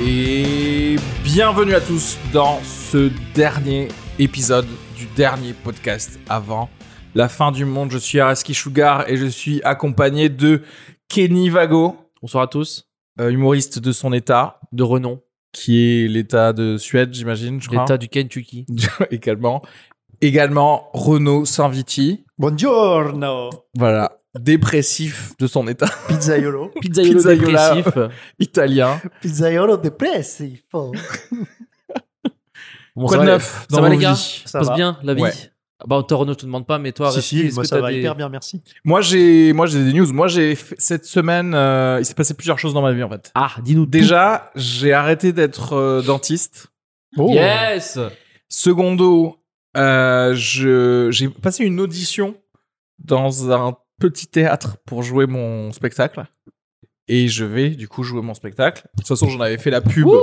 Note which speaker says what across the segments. Speaker 1: Et bienvenue à tous dans ce dernier épisode du dernier podcast avant la fin du monde. Je suis Araski Sugar et je suis accompagné de Kenny Vago,
Speaker 2: Bonsoir à tous.
Speaker 1: euh, humoriste de son état,
Speaker 2: De renom.
Speaker 1: qui est l'état de Suède, j'imagine, je crois.
Speaker 2: L'état du Kentucky.
Speaker 1: également. Également Renaud Sanviti,
Speaker 3: Buongiorno,
Speaker 1: voilà, dépressif de son état
Speaker 3: pizzaiolo,
Speaker 2: Pizzaïolo
Speaker 1: Pizzaïola.
Speaker 2: dépressif.
Speaker 1: italien.
Speaker 3: pizzaiolo depressivo.
Speaker 2: Bon,
Speaker 1: Quoi de
Speaker 2: ça va,
Speaker 1: neuf
Speaker 2: Ça
Speaker 1: dans
Speaker 2: va
Speaker 1: vos
Speaker 2: les gars
Speaker 1: vies
Speaker 2: Ça,
Speaker 3: Ça
Speaker 2: passe
Speaker 3: va.
Speaker 2: bien la vie
Speaker 1: Ouais.
Speaker 2: Bah toi Renaud, je te demande pas, mais toi,
Speaker 3: Si,
Speaker 2: Rafik,
Speaker 3: si,
Speaker 2: est-ce
Speaker 3: moi
Speaker 2: que
Speaker 3: ça
Speaker 2: t'as
Speaker 3: va
Speaker 2: des-
Speaker 3: hyper bien, merci.
Speaker 1: Moi j'ai moi j'ai des news. Moi j'ai fait- cette semaine euh, il s'est passé plusieurs choses dans ma vie en fait.
Speaker 2: Ah, dis-nous.
Speaker 1: Déjà, j'ai arrêté d'être euh, dentiste.
Speaker 2: tout. Yes
Speaker 1: Secondo, euh, je- j'ai passé une audition dans un petit théâtre pour jouer mon spectacle. Et je vais du coup jouer mon spectacle. De toute façon, j'en avais fait la pub
Speaker 2: Ouh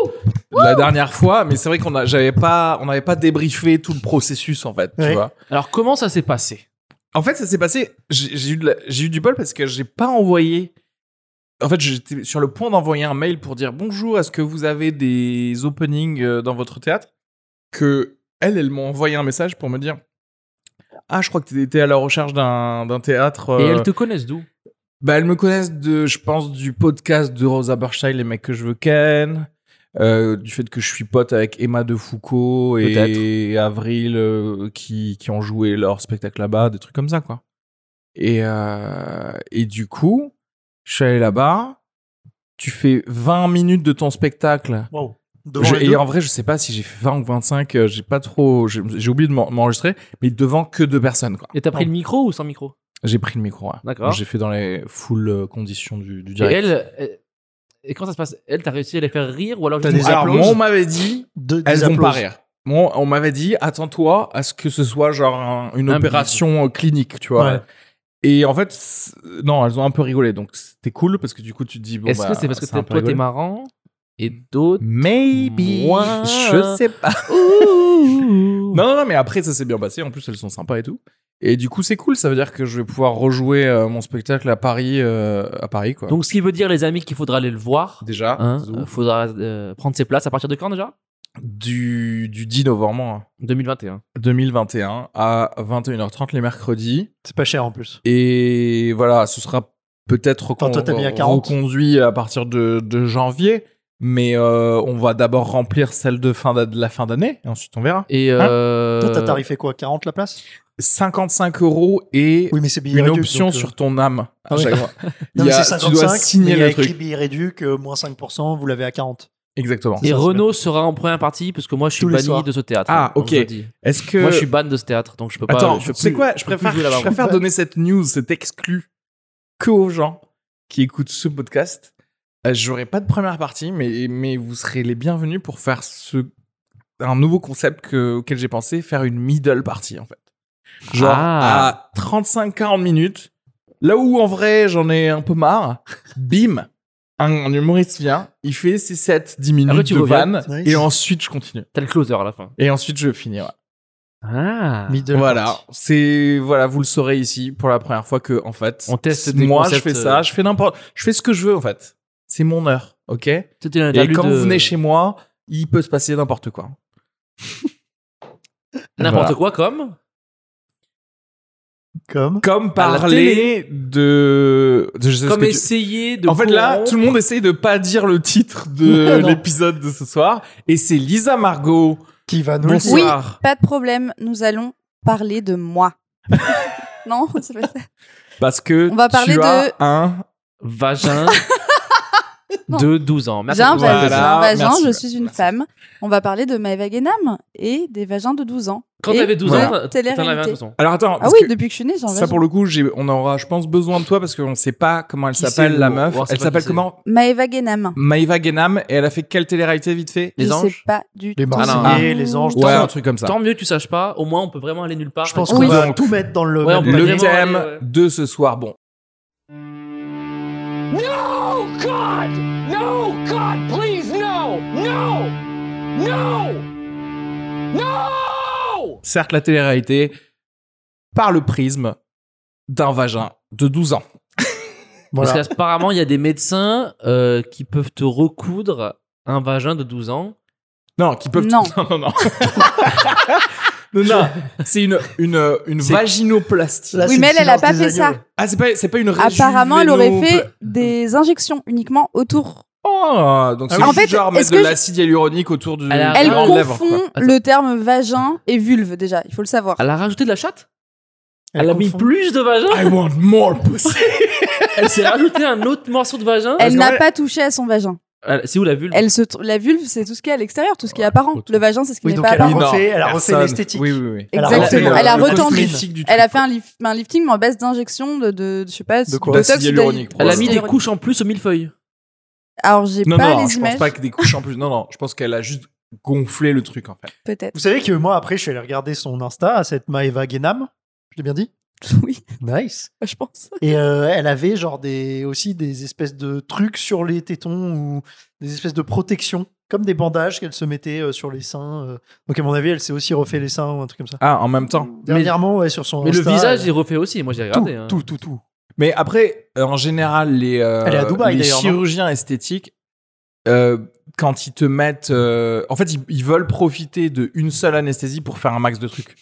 Speaker 1: la dernière fois, mais c'est vrai qu'on a- j'avais pas, on n'avait pas débriefé tout le processus en fait. Tu
Speaker 3: Ouais.
Speaker 1: vois.
Speaker 2: Alors comment ça s'est passé
Speaker 1: En fait, ça s'est passé. J'ai j'ai eu, de la- j'ai eu du bol parce que j'ai pas envoyé. En fait, j'étais sur le point d'envoyer un mail pour dire bonjour. Est-ce que vous avez des openings euh, dans votre théâtre Que elle, elle m'a envoyé un message pour me dire ah, je crois que tu étais à la recherche d'un d'un théâtre.
Speaker 2: Et
Speaker 1: euh,
Speaker 2: elles te connaissent d'où
Speaker 1: bah, elles me connaissent de, je pense, du podcast de Rosa Berstein, les mecs que je veux ken, euh, du fait que je suis pote avec Emma de Foucault et Avril euh, qui, qui ont joué leur spectacle là-bas, des trucs comme ça, quoi. Et, euh, et du coup, je suis allé là-bas, tu fais 20 minutes de ton spectacle.
Speaker 3: Wow.
Speaker 1: Je-
Speaker 3: Devant les
Speaker 1: et
Speaker 3: deux.
Speaker 1: en vrai, je sais pas si j'ai fait 20 ou 25, euh, j'ai pas trop, j'ai j'ai oublié de m'en- m'enregistrer, mais devant que deux personnes, quoi.
Speaker 2: Et t'as pris
Speaker 3: Non.
Speaker 2: le micro ou sans micro
Speaker 1: J'ai pris le micro, ouais.
Speaker 2: D'accord.
Speaker 1: J'ai fait dans les full euh, conditions du, du
Speaker 2: Et
Speaker 1: direct.
Speaker 2: elle... elle- Et comment ça se passe Elle, t'as réussi à les faire rire ou alors
Speaker 3: T'as
Speaker 2: juste-
Speaker 3: des
Speaker 1: Alors,
Speaker 3: applauses
Speaker 1: moi, on m'avait dit,
Speaker 3: Deux- des
Speaker 1: elles vont pas
Speaker 3: applauses.
Speaker 1: rire. Moi, on m'avait dit, attends-toi à ce que ce soit genre un- une
Speaker 2: Un
Speaker 1: opération euh, clinique, tu vois.
Speaker 3: Ouais.
Speaker 1: Et en fait, c'est- non, elles ont un peu rigolé, donc c'était cool parce que du coup, tu te dis, bon,
Speaker 2: Est-ce
Speaker 1: bah,
Speaker 2: que c'est parce que
Speaker 1: un
Speaker 2: t'es-
Speaker 1: peu
Speaker 2: toi t'es
Speaker 1: rigolo.
Speaker 2: marrant et d'autres
Speaker 1: Maybe.
Speaker 2: Moi.
Speaker 1: Je sais pas.
Speaker 2: Ouh.
Speaker 1: Non, non, non, mais après, ça s'est bien passé. En plus, elles sont sympas et tout. Et du coup, c'est cool. Ça veut dire que je vais pouvoir rejouer euh, mon spectacle à Paris, euh, à Paris, quoi.
Speaker 2: Donc ce qui veut dire les amis qu'il faudra aller le voir.
Speaker 1: déjà,
Speaker 2: Hein,
Speaker 1: c'est ouf.
Speaker 2: euh, faudra euh, prendre ses places à partir de quand déjà
Speaker 1: du, du 10 novembre. hein.
Speaker 2: 2021.
Speaker 1: 2021 à 21h30 les mercredis.
Speaker 3: C'est pas cher en plus.
Speaker 1: Et voilà, ce sera peut-être
Speaker 3: Enfin, toi, t'as mis à 40.
Speaker 1: reconduit à partir de, de janvier. Mais euh, on va d'abord remplir celle de, fin d'a- de la fin d'année, et ensuite on verra.
Speaker 2: Et euh,
Speaker 3: Toi, t'as tarifé quoi 40 la place
Speaker 1: 55 euros et
Speaker 3: Oui, mais c'est billet
Speaker 1: une
Speaker 3: réduc,
Speaker 1: option
Speaker 3: donc, euh,
Speaker 1: sur ton âme. à
Speaker 3: Ah oui.
Speaker 1: chaque fois.
Speaker 3: Non,
Speaker 1: Il
Speaker 3: mais
Speaker 1: y a-
Speaker 3: c'est
Speaker 1: tu dois
Speaker 3: 55, mais
Speaker 1: signer
Speaker 3: il y a
Speaker 1: le
Speaker 3: écrit
Speaker 1: truc.
Speaker 3: billet réduc, euh, moins 5%, vous l'avez à 40.
Speaker 1: Exactement.
Speaker 3: ça,
Speaker 2: et
Speaker 3: c'est
Speaker 2: Renaud sera en première partie parce que moi je suis
Speaker 3: Tous les
Speaker 2: banni
Speaker 3: soirs.
Speaker 2: de ce théâtre.
Speaker 1: Ah,
Speaker 2: hein, comme
Speaker 1: ok.
Speaker 2: je le dis.
Speaker 1: Est-ce que.
Speaker 2: Moi je suis ban de ce théâtre donc je peux pas.
Speaker 1: Attends,
Speaker 2: je peux
Speaker 1: tu sais
Speaker 2: plus-
Speaker 1: quoi Je
Speaker 2: peux plus
Speaker 1: préfère,
Speaker 2: jouer
Speaker 1: je
Speaker 2: là-bas.
Speaker 1: préfère donner cette news, cet exclu, que aux gens qui écoutent ce podcast. Euh, J'aurai pas de première partie, mais, mais vous serez les bienvenus pour faire ce, un nouveau concept que, auquel j'ai pensé, faire une middle partie en fait. Genre à
Speaker 2: Ah.
Speaker 1: 35-40 minutes, là où en vrai j'en ai un peu marre, bim, un, un humoriste vient, il fait ses 7-10 minutes
Speaker 2: Après, tu
Speaker 1: de
Speaker 2: reviens.
Speaker 1: vanne,
Speaker 3: Nice.
Speaker 1: et ensuite je continue.
Speaker 2: T'as le closer à la fin.
Speaker 1: Et ensuite je finis, ouais.
Speaker 2: Ah.
Speaker 3: Middle
Speaker 1: Voilà,
Speaker 3: party.
Speaker 1: c'est voilà, vous le saurez ici pour la première fois que en fait,
Speaker 2: On teste des
Speaker 1: moi, je
Speaker 2: concepts,
Speaker 1: fais
Speaker 2: euh,
Speaker 1: ça, je fais n'importe, je fais ce que je veux en fait. C'est mon heure, ok. Et
Speaker 2: C'était une interlude,
Speaker 1: quand
Speaker 2: euh,
Speaker 1: vous venez chez moi, il peut se passer n'importe quoi.
Speaker 2: n'importe quoi comme
Speaker 3: Comme
Speaker 1: Comme
Speaker 2: À la
Speaker 1: parler de, de- je sais ce
Speaker 2: comme
Speaker 1: que tu-
Speaker 2: essayer de.
Speaker 1: En fait, là,
Speaker 2: corrompre-
Speaker 1: tout le monde essaye de pas dire le titre de
Speaker 3: Non.
Speaker 1: l'épisode de ce soir, et c'est Lisa Margot.
Speaker 3: qui va nous le dire.
Speaker 4: Oui.
Speaker 1: Bonsoir.
Speaker 4: Pas de problème, nous allons parler de moi. non, c'est pas ça.
Speaker 1: Parce que
Speaker 4: On va parler
Speaker 1: tu
Speaker 4: de-
Speaker 1: as un
Speaker 2: vagin de 12 ans. Merci.
Speaker 4: J'ai un,
Speaker 1: Voilà,
Speaker 4: vagin, j'ai un vagin,
Speaker 1: merci,
Speaker 4: je
Speaker 1: merci.
Speaker 4: suis une femme. On va parler de Maëva Guénam et des vagins de 12 ans.
Speaker 2: Quand
Speaker 4: Et
Speaker 2: t'avais 12
Speaker 4: de
Speaker 2: ans, t'en
Speaker 4: télé-réalité.
Speaker 2: avais un 12 ans.
Speaker 1: Alors attends,
Speaker 4: Ah
Speaker 1: parce
Speaker 4: oui,
Speaker 1: que-
Speaker 4: depuis que je suis née, j'ai un
Speaker 1: Ça
Speaker 4: vagin.
Speaker 1: pour le coup, j'ai- on aura, je pense, besoin de toi parce qu'on ne sait pas comment elle
Speaker 2: Qui
Speaker 1: s'appelle
Speaker 2: c'est,
Speaker 1: la
Speaker 2: le-
Speaker 1: meuf.
Speaker 2: on sait
Speaker 1: elle
Speaker 2: pas
Speaker 1: s'appelle
Speaker 2: qui
Speaker 1: comment
Speaker 4: Maëva Guénam.
Speaker 1: Maïva Guénam et elle a fait quelle télé-réalité vite fait
Speaker 2: Les
Speaker 4: je
Speaker 2: anges
Speaker 4: sais pas du
Speaker 3: Les
Speaker 4: tout.
Speaker 1: Ah.
Speaker 3: Marseillais, les anges,
Speaker 1: Ouais,
Speaker 3: tant-
Speaker 1: un truc comme ça.
Speaker 2: Tant mieux que tu saches pas, au moins on peut vraiment aller nulle part.
Speaker 3: Je pense
Speaker 4: Oui.
Speaker 3: qu'on va
Speaker 1: Donc,
Speaker 3: tout mettre dans le
Speaker 2: Ouais, on peut
Speaker 3: même panier.
Speaker 1: Le
Speaker 2: vraiment
Speaker 1: thème
Speaker 2: aller, ouais.
Speaker 1: de ce soir, bon,
Speaker 5: No, God! No, God, please, no! No! No! No!
Speaker 1: certes la télé-réalité par le prisme d'un vagin de 12 ans.
Speaker 3: Voilà.
Speaker 2: Parce qu'apparemment, il y a des médecins euh, qui peuvent te recoudre un vagin de 12 ans.
Speaker 1: Non, qui peuvent.
Speaker 4: Non.
Speaker 1: non, non. non. Non, non, c'est une, une, une
Speaker 2: C'est-
Speaker 1: vaginoplastie.
Speaker 3: Là,
Speaker 4: Oui,
Speaker 3: c'est
Speaker 4: mais
Speaker 3: le
Speaker 4: elle, elle a
Speaker 3: silence
Speaker 4: pas
Speaker 3: des
Speaker 4: fait ça.
Speaker 3: agneaux.
Speaker 1: Ah, c'est pas, c'est pas une
Speaker 4: Apparemment, elle aurait
Speaker 1: réjuvénopla-
Speaker 3: Bah.
Speaker 4: fait des injections uniquement autour.
Speaker 1: Oh, donc c'est
Speaker 3: Ah oui.
Speaker 1: en
Speaker 4: En fait,
Speaker 1: genre mettre
Speaker 4: est-ce
Speaker 1: de
Speaker 4: que je-
Speaker 1: l'acide hyaluronique autour du.
Speaker 2: Elle a-
Speaker 1: du
Speaker 4: Elle
Speaker 1: grand de lèvre, quoi.
Speaker 4: confond le terme vagin et vulve déjà, il faut le savoir.
Speaker 2: Elle a rajouté de la chatte Elle,
Speaker 3: Elle
Speaker 2: a mis
Speaker 3: confond.
Speaker 2: plus de vagin
Speaker 1: I want more pussy.
Speaker 2: Elle s'est rajouté un autre morceau de vagin
Speaker 4: Elle
Speaker 1: parce qu'en
Speaker 4: n'a pas touché à son vagin.
Speaker 2: Elle- C'est où la vulve
Speaker 4: Elle se tr- la vulve, c'est tout ce qui est à l'extérieur, tout ce qui est apparent.
Speaker 1: autour.
Speaker 4: Le vagin, c'est ce qui
Speaker 3: Oui,
Speaker 4: n'est
Speaker 3: donc
Speaker 4: pas
Speaker 3: elle a
Speaker 4: apparent.
Speaker 3: refait- elle a refait
Speaker 1: Personne.
Speaker 3: l'esthétique.
Speaker 1: Oui, oui, oui.
Speaker 3: Elle a
Speaker 4: Exactement.
Speaker 3: refait, euh,
Speaker 4: Elle a
Speaker 3: le
Speaker 4: retendu.
Speaker 3: cosmétique.
Speaker 4: Elle a fait un, lif- un lifting, mais en baisse d'injection de, de, je sais pas,
Speaker 3: De quoi
Speaker 1: D'acide hyaluronique,
Speaker 2: Elle a
Speaker 1: probablement.
Speaker 2: mis des
Speaker 4: hyaluronique.
Speaker 2: couches en plus au millefeuille.
Speaker 4: Alors j'ai
Speaker 1: Non,
Speaker 4: pas
Speaker 1: non,
Speaker 4: les
Speaker 1: je pense
Speaker 4: images.
Speaker 1: pas que des couches en plus. Non, non, je pense qu'elle a juste gonflé le truc en fait.
Speaker 4: Peut-être.
Speaker 3: Vous savez que moi, après, je suis allé regarder son Insta, cette Maeva Genam. Je l'ai bien dit
Speaker 4: Oui, bah,
Speaker 3: Nice.
Speaker 4: je pense.
Speaker 3: Et euh, elle avait genre des, aussi des espèces de trucs sur les tétons ou des espèces de protections, comme des bandages qu'elle se mettait euh, sur les seins. euh. Donc à mon avis, elle s'est aussi refait les seins ou un truc comme ça.
Speaker 1: Ah, en même temps.
Speaker 3: Dernièrement, ouais, sur son
Speaker 2: Mais le
Speaker 3: Insta,
Speaker 2: visage,
Speaker 3: elle-
Speaker 2: il refait aussi. Moi, j'ai regardé. hein.
Speaker 3: tout, tout, tout.
Speaker 1: Mais après, euh, en général, les, euh,
Speaker 3: Elle est à Dubaï,
Speaker 1: les
Speaker 3: d'ailleurs, non
Speaker 1: chirurgiens esthétiques, euh, quand ils te mettent. euh, en fait, ils, ils veulent profiter de une seule anesthésie pour faire un max de trucs.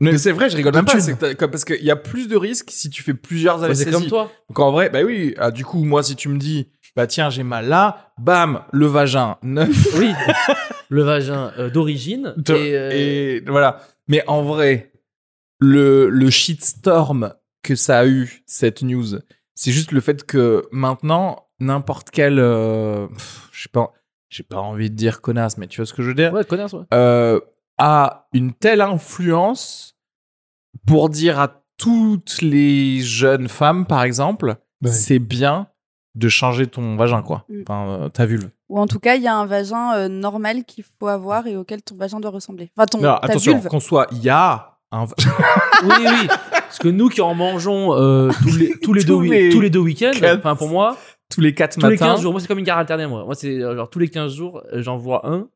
Speaker 1: Mais c'est vrai, je rigole
Speaker 3: de
Speaker 1: même pas.
Speaker 3: tubes.
Speaker 1: c'est que t'as- comme- parce qu'il y a plus de risques si tu fais plusieurs
Speaker 2: Ouais,
Speaker 1: anesthésies.
Speaker 2: C'est comme toi.
Speaker 1: Donc en vrai, bah oui. ah, du coup, moi, si tu me dis, bah tiens, j'ai mal là, bam, le vagin, neuf.
Speaker 2: Oui. le vagin euh, d'origine.
Speaker 1: te-
Speaker 2: et, euh,
Speaker 1: et voilà. Mais en vrai, le, le shitstorm que ça a eu, cette news, c'est juste le fait que maintenant, n'importe quel. euh, pff, je sais pas. J'ai pas envie de dire connasse, mais tu vois ce que je veux dire
Speaker 2: Ouais, connasse, ouais.
Speaker 1: euh, a une telle influence pour dire à toutes les jeunes femmes, par exemple,
Speaker 3: Ouais.
Speaker 1: c'est bien de changer ton vagin, quoi.
Speaker 4: Mm.
Speaker 1: Enfin, euh, ta vulve.
Speaker 4: Ou en tout cas, il y a un vagin euh, normal qu'il faut avoir et auquel ton vagin doit ressembler. Enfin, ton,
Speaker 1: Non,
Speaker 4: ta
Speaker 1: attention,
Speaker 4: vulve.
Speaker 1: qu'on soit, il y a un va-
Speaker 2: Oui, oui. Parce que nous qui en mangeons euh, tous les, tous les,
Speaker 1: Tous
Speaker 2: deux, wi-
Speaker 1: les
Speaker 2: tous les deux week-ends,
Speaker 1: quatre-
Speaker 2: enfin pour moi,
Speaker 1: tous les quatre
Speaker 2: tous les
Speaker 1: matins.
Speaker 2: 15 jours, moi c'est comme une garde alternée, moi. Moi c'est euh, genre tous les 15 jours, euh, j'en vois un.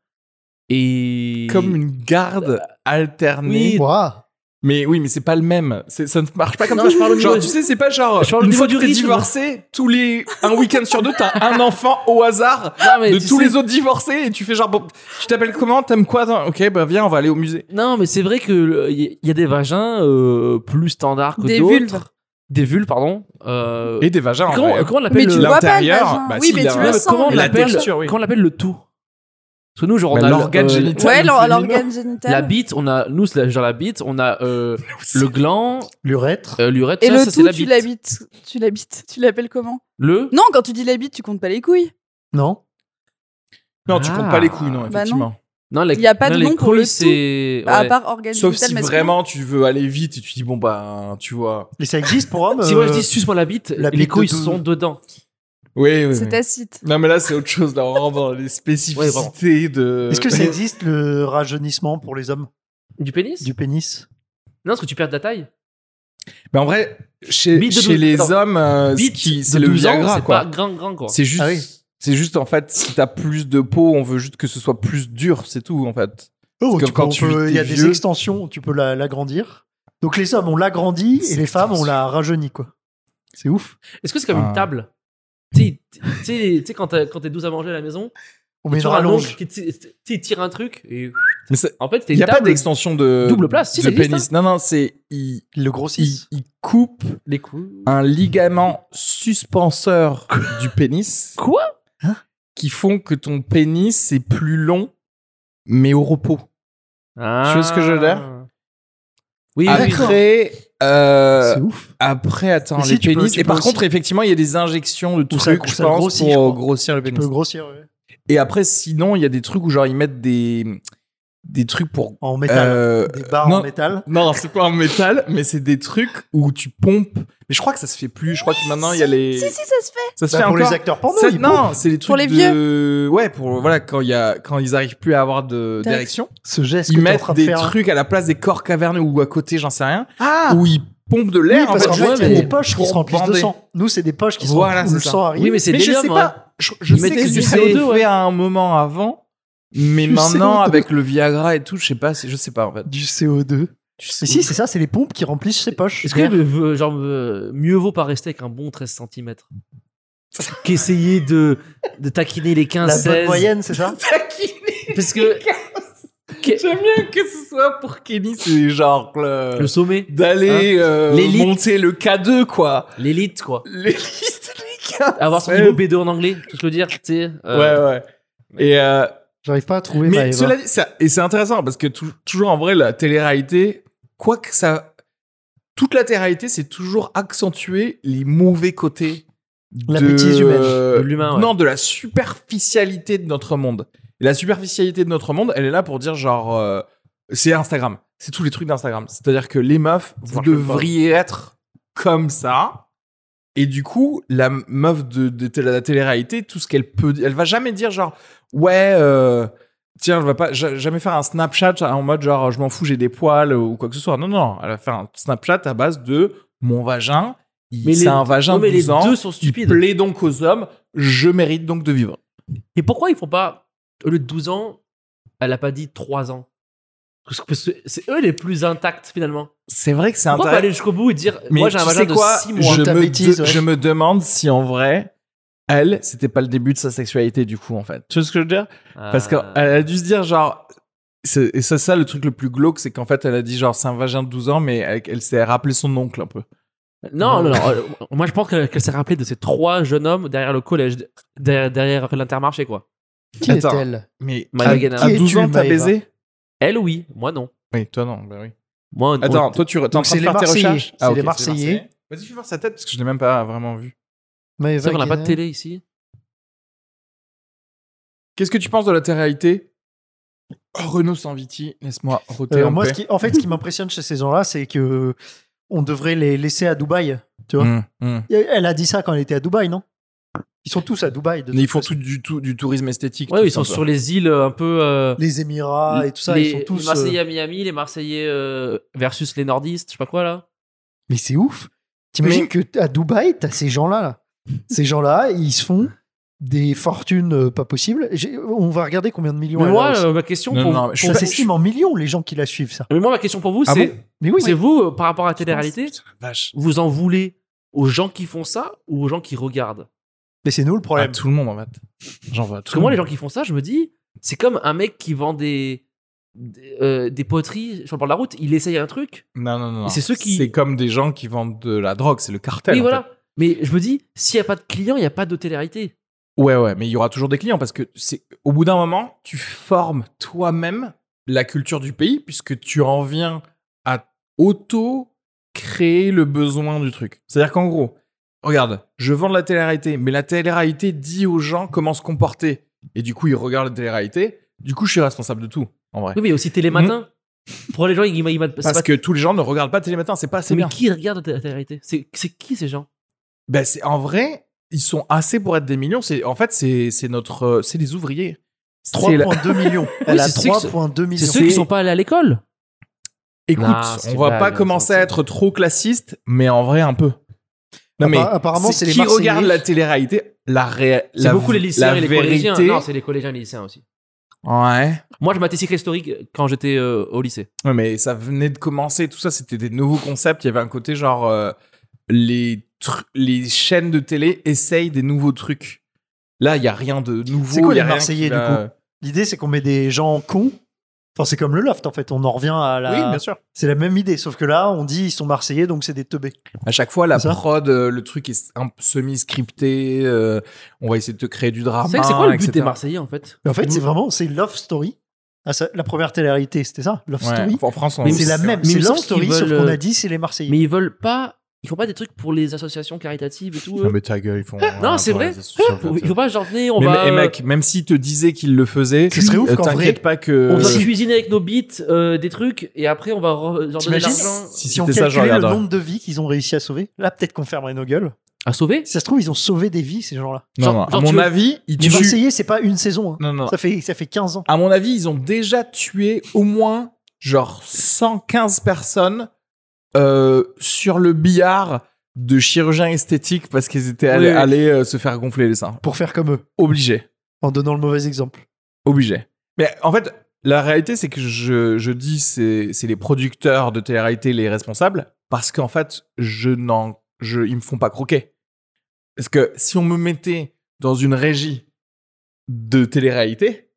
Speaker 2: Et.
Speaker 1: Comme une garde alternée.
Speaker 2: Oui.
Speaker 3: euh, Ouah.
Speaker 1: Euh, Mais oui, mais c'est pas le même. C'est- Ça ne marche pas comme
Speaker 2: Non,
Speaker 1: ça.
Speaker 2: je parle au niveau
Speaker 1: genre, tu
Speaker 2: du-
Speaker 1: sais, c'est pas genre
Speaker 2: je parle au
Speaker 1: une
Speaker 2: niveau
Speaker 1: fois que
Speaker 2: du
Speaker 1: t'es
Speaker 2: rythme.
Speaker 1: divorcé, tous les un week-end sur deux, t'as un enfant au hasard
Speaker 2: Non, mais
Speaker 1: de
Speaker 2: tu
Speaker 1: tous
Speaker 2: sais-
Speaker 1: les autres divorcés et tu fais genre bon, tu t'appelles comment t'aimes quoi attends, ok bah viens on va aller au musée
Speaker 2: Non, mais c'est vrai qu'il y, y a des vagins euh, plus standards que
Speaker 4: Des
Speaker 2: d'autres.
Speaker 4: vulves.
Speaker 2: Des vulves, pardon. Euh,
Speaker 1: et des vagins en
Speaker 2: comment,
Speaker 1: vrai.
Speaker 2: comment on
Speaker 4: Mais
Speaker 2: l'appelle
Speaker 4: tu
Speaker 2: le-
Speaker 4: le vois pas le
Speaker 1: l'intérieur,
Speaker 4: vagin.
Speaker 1: bah,
Speaker 4: oui,
Speaker 1: si,
Speaker 4: mais
Speaker 1: il a
Speaker 4: tu
Speaker 1: un-
Speaker 4: le
Speaker 2: Ouais,
Speaker 4: sens.
Speaker 2: comment on
Speaker 1: la
Speaker 2: l'appelle
Speaker 1: texture, oui.
Speaker 2: Comment on l'appelle le tout Parce que nous, genre, on
Speaker 1: Bah,
Speaker 2: a le-
Speaker 1: l'organe
Speaker 2: euh,
Speaker 1: génital.
Speaker 4: Ouais, l'or-
Speaker 1: féminin.
Speaker 4: l'organe génital.
Speaker 2: La bite, on a nous, c'est la- genre la bite, on a euh, le gland,
Speaker 3: L'urètre.
Speaker 2: euh, l'urètre,
Speaker 4: Et
Speaker 2: ça,
Speaker 4: le
Speaker 2: ça, c'est
Speaker 4: tout,
Speaker 2: la
Speaker 4: tu
Speaker 2: bite.
Speaker 4: l'habites. Tu l'habites. Tu l'appelles comment
Speaker 2: Le
Speaker 4: Non, quand tu dis la bite, tu comptes pas les couilles.
Speaker 3: Non.
Speaker 1: non tu comptes
Speaker 2: Ah.
Speaker 1: pas les couilles non
Speaker 4: Bah,
Speaker 1: effectivement
Speaker 2: Non, la-
Speaker 4: Il y a pas de
Speaker 2: non, les
Speaker 4: nom pour le Ah,
Speaker 2: couilles, c'est-
Speaker 4: À
Speaker 2: ouais.
Speaker 4: part organe
Speaker 1: sauf
Speaker 4: génital
Speaker 1: si
Speaker 4: masculin.
Speaker 1: vraiment tu veux aller vite et tu dis bon bah tu vois
Speaker 3: Et ça existe pour hommes
Speaker 2: Si moi je
Speaker 3: euh,
Speaker 2: dis suce-moi la bite,
Speaker 3: la
Speaker 2: les
Speaker 3: bite de
Speaker 2: couilles
Speaker 3: tout-
Speaker 2: sont dedans.
Speaker 1: oui oui,
Speaker 4: C'est
Speaker 1: oui.
Speaker 4: tacite.
Speaker 1: non mais là c'est autre chose là on rentre dans les spécificités de
Speaker 3: Est-ce que ça existe le rajeunissement pour les hommes
Speaker 2: Du pénis
Speaker 3: du pénis
Speaker 2: Non, parce que tu perds de la taille.
Speaker 1: mais Ben, en vrai chez,
Speaker 2: Bite de
Speaker 1: chez
Speaker 2: douze-
Speaker 1: les
Speaker 2: attends.
Speaker 1: hommes euh, ce
Speaker 2: Bite
Speaker 1: qui-
Speaker 2: de
Speaker 1: c'est le
Speaker 2: 12 ans,
Speaker 1: Viagra
Speaker 2: c'est
Speaker 1: quoi
Speaker 2: pas grand, grand, quoi.
Speaker 1: c'est juste
Speaker 3: Ah oui.
Speaker 1: c'est juste en fait si t'as plus de peau on veut juste que ce soit plus dur c'est tout en fait
Speaker 3: Oh,
Speaker 1: Parce que
Speaker 3: tu
Speaker 1: quand
Speaker 3: peux-
Speaker 1: tu-
Speaker 3: on peut- il y a
Speaker 1: t'es
Speaker 3: des
Speaker 1: vieux-
Speaker 3: extensions, tu peux la- l'agrandir. Donc les hommes, on l'agrandit et
Speaker 1: C'est
Speaker 3: les femmes, on
Speaker 1: extension.
Speaker 3: la rajeunit, quoi. C'est ouf.
Speaker 2: Est-ce que c'est comme
Speaker 1: Ah.
Speaker 2: une table Tu sais, tu sais- tu sais, quand t'as- quand t'es 12 à manger à la maison,
Speaker 3: On met une
Speaker 2: tu as un oncle
Speaker 3: rallonge.
Speaker 2: qui t- tu sais, il tire un truc et
Speaker 1: mais ça-
Speaker 2: en fait, c'est
Speaker 1: Il
Speaker 2: une
Speaker 1: n'y a pas
Speaker 2: table.
Speaker 1: d'extension de
Speaker 2: Double place, si,
Speaker 1: de
Speaker 2: ça existe, hein.
Speaker 1: pénis. Non, non, c'est il,
Speaker 3: Ils le
Speaker 1: il,
Speaker 3: grossissent.
Speaker 1: il coupe
Speaker 2: Les couilles.
Speaker 1: un ligament suspenseur du pénis
Speaker 2: Quoi
Speaker 1: qui font que ton pénis est plus long mais au repos.
Speaker 2: Ah.
Speaker 1: vois ce que je veux dire
Speaker 2: Oui, oui, oui.
Speaker 1: après, euh,
Speaker 3: C'est ouf.
Speaker 1: après, attends
Speaker 3: Mais si,
Speaker 1: les
Speaker 3: tu peux-
Speaker 1: pénis.
Speaker 3: tu
Speaker 1: et
Speaker 3: peux
Speaker 1: par
Speaker 3: aussi-
Speaker 1: contre, effectivement, il y a des injections de
Speaker 3: Ou ça-
Speaker 1: trucs,
Speaker 3: ou
Speaker 1: je
Speaker 3: ça
Speaker 1: pense,
Speaker 3: grossit,
Speaker 1: pour
Speaker 3: je crois.
Speaker 1: grossir le
Speaker 3: Tu
Speaker 1: pénis.
Speaker 3: peux grossir ouais.
Speaker 1: Et après, sinon, il y a des trucs où genre ils mettent des des trucs pour
Speaker 3: en métal.
Speaker 1: euh,
Speaker 3: des barres
Speaker 1: non.
Speaker 3: en métal.
Speaker 1: Non, c'est pas en métal, mais c'est des trucs où tu pompes. Mais je crois que ça se fait plus. Je crois que maintenant il y a les.
Speaker 4: Si, si, ça se fait.
Speaker 1: Ça se
Speaker 3: Bah,
Speaker 1: fait
Speaker 3: pour
Speaker 1: encore.
Speaker 3: les acteurs porno,
Speaker 1: Ça-
Speaker 3: ils
Speaker 1: non, c'est les trucs
Speaker 4: Pour les
Speaker 1: de... Ouais, pour voilà quand il y a quand ils arrivent plus à avoir de
Speaker 4: T'as-
Speaker 1: d'érection,
Speaker 3: ce geste
Speaker 1: ils
Speaker 3: que t'es en
Speaker 1: mettent
Speaker 3: train de
Speaker 1: des
Speaker 3: faire.
Speaker 1: trucs à la place des corps caverneux ou à côté, j'en sais rien,
Speaker 3: Ah
Speaker 1: où ils pompe de l'air.
Speaker 3: Oui, parce
Speaker 1: en
Speaker 3: qu'en
Speaker 1: fait,
Speaker 3: fait,
Speaker 1: juste
Speaker 3: il y a des
Speaker 1: pour-
Speaker 3: poches qui
Speaker 1: pour
Speaker 3: se remplissent de
Speaker 1: bander.
Speaker 3: sang. Nous, c'est des poches qui se
Speaker 1: Voilà,
Speaker 3: remplissent
Speaker 1: c'est
Speaker 3: où le
Speaker 1: ça.
Speaker 3: sang arrive.
Speaker 2: Oui, mais c'est hein.
Speaker 1: Mais je
Speaker 2: délire,
Speaker 1: sais
Speaker 2: moi.
Speaker 1: pas. Je, je
Speaker 2: Ils
Speaker 1: sais
Speaker 2: mettaient
Speaker 1: que
Speaker 2: du
Speaker 1: tu l'avais
Speaker 2: CO2, ouais.
Speaker 1: fait à un moment avant, mais
Speaker 3: Du
Speaker 1: maintenant
Speaker 3: CO2.
Speaker 1: avec le Viagra et tout, je sais pas. c'est- Je sais pas en fait.
Speaker 3: Du CO2. Mais si, c'est ça, c'est les pompes qui remplissent ces poches.
Speaker 2: Est-ce que euh, genre, euh, mieux vaut pas rester avec un bon 13 cm qu'essayer de, de taquiner les
Speaker 3: La
Speaker 2: 15
Speaker 3: bonne
Speaker 2: 16
Speaker 3: moyenne, c'est ça
Speaker 2: parce que
Speaker 1: J'aime bien que ce soit pour Kenny, c'est genre le-
Speaker 2: le sommet
Speaker 1: d'aller euh,
Speaker 2: L'élite.
Speaker 1: monter le K2 quoi.
Speaker 2: l'élite quoi
Speaker 1: Les listes, les gars.
Speaker 2: avoir son
Speaker 1: Ouais.
Speaker 2: niveau B2 en anglais tout le dire tu sais euh,
Speaker 1: Ouais ouais. Et euh,
Speaker 3: J'arrive pas à trouver
Speaker 1: mais
Speaker 3: ma Eva.
Speaker 1: cela dit, ça- et c'est intéressant parce que tou- toujours en vrai la télé-réalité, quoi que ça, toute la télé-réalité c'est toujours accentuer les mauvais côtés de
Speaker 3: La bêtise humaine.
Speaker 1: euh,
Speaker 2: De l'humain, ouais.
Speaker 1: Non, de la superficialité de notre monde. Et la superficialité de notre monde, elle est là pour dire genre euh, c'est Instagram, c'est tous les trucs d'Instagram. C'est-à-dire que les meufs, vous
Speaker 2: marche pas.
Speaker 1: devriez être comme ça. Et du coup, la meuf de, de tél- la télé-réalité, tout ce qu'elle peut, elle va jamais dire genre ouais, euh, tiens, je vais pas ja- jamais faire un Snapchat en mode genre je m'en fous, j'ai des poils ou quoi que ce soit. Non, non, elle va faire un Snapchat à base de mon vagin. il-
Speaker 2: Mais
Speaker 1: C'est
Speaker 2: les-
Speaker 1: un vagin
Speaker 2: non,
Speaker 1: de
Speaker 2: mais les
Speaker 1: 12 ans.
Speaker 2: deux sont
Speaker 1: Il
Speaker 2: stupides
Speaker 1: plaît donc aux hommes, je mérite donc de vivre.
Speaker 2: et pourquoi ils font pas au lieu de 12 ans elle a pas dit 3 ans parce que c'est- c'est eux les plus intacts finalement
Speaker 1: C'est vrai que c'est
Speaker 2: pourquoi pas aller
Speaker 1: intéressant.
Speaker 2: jusqu'au bout et dire
Speaker 1: Mais
Speaker 2: moi j'ai un
Speaker 1: tu
Speaker 2: vagin
Speaker 1: sais
Speaker 2: de
Speaker 1: quoi
Speaker 2: 6 mois
Speaker 1: je,
Speaker 3: Ta
Speaker 1: me
Speaker 3: bêtise,
Speaker 1: de-
Speaker 3: ouais.
Speaker 1: je me demande si en vrai, elle, c'était pas le début de sa sexualité du coup en fait. Tu vois ce que je veux dire Parce
Speaker 2: Euh,
Speaker 1: qu'elle a dû se dire genre. c'est- Et ça, ça, le truc le plus glauque, c'est qu'en fait, elle a dit genre c'est un vagin de 12 ans, mais elle, elle s'est rappelé son oncle un peu.
Speaker 2: Non, non, non. euh, Moi, je pense que- qu'elle s'est rappelée de ces trois jeunes hommes derrière le collège, derrière, derrière l'intermarché, quoi.
Speaker 3: Qui
Speaker 1: Attends.
Speaker 3: est-elle
Speaker 1: Mais
Speaker 2: Maëva
Speaker 1: à,
Speaker 2: Guénin.
Speaker 1: à 12
Speaker 3: Qui
Speaker 1: ans,
Speaker 3: es-tu,
Speaker 1: t'as
Speaker 3: Maëva
Speaker 1: baisé
Speaker 2: Elle, oui. Moi, non.
Speaker 1: Oui, toi non, bah oui.
Speaker 2: Moi, on-
Speaker 1: Attends,
Speaker 2: on-
Speaker 1: toi tu re- t'es en
Speaker 3: Donc,
Speaker 1: train de faire
Speaker 3: c'est les
Speaker 1: tes
Speaker 3: Marseillais.
Speaker 1: recherches Ah,
Speaker 3: C'est les
Speaker 1: ok,
Speaker 3: Marseillais.
Speaker 1: Vas-y, fais voir sa tête parce que je l'ai même pas vraiment vu.
Speaker 3: Ma Eva
Speaker 2: c'est vrai qu'on n'a pas de
Speaker 3: Guénin.
Speaker 2: télé ici.
Speaker 1: Qu'est-ce que tu penses de la télé-réalité oh, Renaud Sanviti, laisse-moi roter
Speaker 3: Euh,
Speaker 1: en
Speaker 3: moi, ce
Speaker 1: paix.
Speaker 3: qui, en fait, ce qui m'impressionne chez ces gens-là, c'est que on devrait les laisser à Dubaï. tu vois.
Speaker 1: Mm, mm.
Speaker 3: Et Elle a dit ça quand elle était à Dubaï, non Ils sont tous à Dubaï. De
Speaker 1: Mais ils
Speaker 3: toute
Speaker 1: font
Speaker 3: façon.
Speaker 1: tout du, tout du tourisme esthétique.
Speaker 2: Ouais,
Speaker 1: tout
Speaker 2: ils sont
Speaker 1: ça.
Speaker 2: sur les îles euh, un peu. euh,
Speaker 3: Les Émirats et tout ça,
Speaker 2: les,
Speaker 3: ils sont tous.
Speaker 2: les
Speaker 3: euh,
Speaker 2: Marseillais à Miami, les Marseillais euh, versus les Nordistes, je sais pas quoi là.
Speaker 3: Mais c'est ouf. T'imagines
Speaker 1: Mais-
Speaker 3: que t- à Dubaï, t'as ces gens-là. là. ces gens-là, ils se font des fortunes euh, pas possibles. J'ai- On va regarder combien de millions.
Speaker 2: Mais
Speaker 3: elle a
Speaker 2: moi,
Speaker 3: aussi.
Speaker 2: euh, ma question
Speaker 1: Non,
Speaker 2: pour,
Speaker 1: non, mais je
Speaker 2: pour-
Speaker 1: suis
Speaker 3: ça
Speaker 1: pas-
Speaker 3: s'estime en millions les gens qui la suivent, ça.
Speaker 2: Mais moi, ma question pour vous,
Speaker 1: Ah
Speaker 2: c'est
Speaker 1: bon
Speaker 3: Mais oui.
Speaker 2: c'est vous euh, par rapport à la télé-réalité,
Speaker 1: Putain, Vache.
Speaker 2: vous en voulez aux gens qui font ça ou aux gens qui regardent
Speaker 3: Mais c'est nous le
Speaker 1: À
Speaker 3: problème.
Speaker 1: Ah, tout le monde en fait. J'en vois à
Speaker 2: Parce
Speaker 1: tout
Speaker 2: que
Speaker 1: le
Speaker 2: moi, les
Speaker 1: monde.
Speaker 2: gens qui font ça, je me dis, c'est comme un mec qui vend des des, euh, des poteries sur le bord de la route, il essaye un truc.
Speaker 1: Non, non, non. non.
Speaker 2: C'est ceux qui-
Speaker 1: C'est comme des gens qui vendent de la drogue, c'est le cartel.
Speaker 2: Oui,
Speaker 1: en
Speaker 2: voilà. Mais je me dis, s'il n'y a pas de clients, il n'y a pas de télé-réalité.
Speaker 1: fait. Ouais, ouais, mais il y aura toujours des clients parce que c'est au bout d'un moment, tu formes toi-même la culture du pays puisque tu en viens à auto créer le besoin du truc. C'est-à-dire qu'en gros, regarde, je vends de la télé-réalité, mais la télé-réalité dit aux gens comment se comporter. Et du coup, ils regardent la télé-réalité. Du coup, je suis responsable de tout, en vrai.
Speaker 2: Oui, mais aussi Télématin.
Speaker 3: Mhm.
Speaker 2: Pour les gens, ils, ils, ils- c'est
Speaker 1: Parce
Speaker 2: pas-
Speaker 1: que tous les gens ne regardent pas Télématin, c'est pas assez
Speaker 2: Mais
Speaker 1: bien.
Speaker 2: qui regarde la télé-réalité C'est c'est qui ces gens
Speaker 1: Ben, c'est en vrai, ils sont assez pour être des millions. C'est en fait, c'est c'est notre, euh, c'est les ouvriers. C'est la-
Speaker 3: 3,2 millions. Elle a
Speaker 2: c'est ceux qui sont-
Speaker 3: 3,2 millions.
Speaker 2: C'est ceux qui sont pas allés à l'école.
Speaker 1: Écoute,
Speaker 2: Non, c'est
Speaker 1: on va
Speaker 2: pas
Speaker 1: pas
Speaker 2: bien,
Speaker 1: commencer
Speaker 2: c'est-
Speaker 1: à être trop classiste, mais en vrai un peu. Non mais
Speaker 3: Appa- Ah bah, apparemment, c'est les
Speaker 1: qui
Speaker 3: Marseillais.
Speaker 1: regarde la télé-réalité, la réelle,
Speaker 2: C'est beaucoup les lycéens et les collégiens. Non, c'est les collégiens et les lycéens aussi.
Speaker 1: Ouais.
Speaker 2: Moi, je matais Secret Story quand j'étais euh, au lycée.
Speaker 1: Ouais, mais ça venait de commencer, tout ça, c'était des nouveaux concepts. Il y avait un côté genre euh, les tr- les chaînes de télé essayent des nouveaux trucs. Là, il y a rien de nouveau.
Speaker 3: C'est quoi
Speaker 1: il y a
Speaker 3: les
Speaker 1: rien
Speaker 3: Marseillais,
Speaker 1: qui
Speaker 3: du
Speaker 1: va-
Speaker 3: L'idée, c'est qu'on met des gens cons. Enfin, c'est comme le loft, en fait. On en revient à la.
Speaker 1: Oui, bien sûr.
Speaker 3: C'est la même idée, sauf que là, on dit ils sont marseillais, donc c'est des teubés.
Speaker 1: À chaque fois, la
Speaker 3: C'est ça
Speaker 1: prod, euh, le truc est un peu semi-scripté. euh, on va essayer de te créer du drama.
Speaker 2: C'est c'est quoi
Speaker 1: Ah,
Speaker 2: le but
Speaker 1: bah, etc.
Speaker 2: des Marseillais en fait
Speaker 3: Mais en fait, c'est vraiment, c'est Love Story. Ah, ça- la première télé-réalité, c'était ça, Love
Speaker 1: Ouais,
Speaker 3: Story.
Speaker 1: En France, on-
Speaker 2: Mais
Speaker 3: c'est la même,
Speaker 2: mais il
Speaker 3: c'est
Speaker 2: me
Speaker 3: Love
Speaker 2: semble
Speaker 3: Story,
Speaker 2: qu'ils
Speaker 3: sauf
Speaker 2: veulent,
Speaker 3: qu'on
Speaker 2: euh,
Speaker 3: a dit c'est les marseillais.
Speaker 2: Mais ils veulent pas. Ils font pas des trucs pour les associations caritatives et tout.
Speaker 1: Non,
Speaker 2: euh.
Speaker 1: mais ta gueule, ils font.
Speaker 2: Non, c'est vrai. Il faut pas euh, genre venez, on
Speaker 1: mais,
Speaker 2: va.
Speaker 1: et mec, même s'ils te disaient qu'ils le faisaient,
Speaker 3: Ce serait ouf
Speaker 1: euh,
Speaker 3: qu'en
Speaker 1: t'inquiète
Speaker 3: vrai,
Speaker 1: pas que.
Speaker 2: On va
Speaker 3: si-
Speaker 2: cuisiner avec nos beats euh, des trucs et après on va re- leur donner
Speaker 3: T'imagines
Speaker 2: l'argent
Speaker 1: Si
Speaker 3: si on
Speaker 1: c'était ça, je
Speaker 3: calculait le
Speaker 1: regarderais.
Speaker 3: nombre de vies qu'ils ont réussi à sauver, là peut-être qu'on fermerait nos gueules.
Speaker 2: à sauver.
Speaker 3: Si ça se trouve, ils ont sauvé des vies, ces gens-là.
Speaker 1: Non,
Speaker 2: Genre-
Speaker 1: non, à
Speaker 2: genre,
Speaker 1: mon
Speaker 2: tu veux-
Speaker 1: avis, ils
Speaker 3: Les
Speaker 1: tuent.
Speaker 3: Marseillais, c'est pas une saison. hein.
Speaker 1: Non, non, non.
Speaker 3: Ça, fait, ça fait 15 ans.
Speaker 1: À mon avis, ils ont déjà tué au moins, genre, 115 personnes euh, sur le billard de chirurgiens esthétiques parce qu'ils étaient allés,
Speaker 3: Oui, oui.
Speaker 1: allés, euh, se faire gonfler les seins.
Speaker 3: pour faire comme eux,
Speaker 1: Obligé.
Speaker 3: en donnant le mauvais exemple.
Speaker 1: Obligé. Mais en fait, la réalité, c'est que je, je dis c'est c'est les producteurs de télé-réalité les responsables parce qu'en fait, je n'en, je, ils me font pas croquer. Parce que si on me mettait dans une régie de télé-réalité,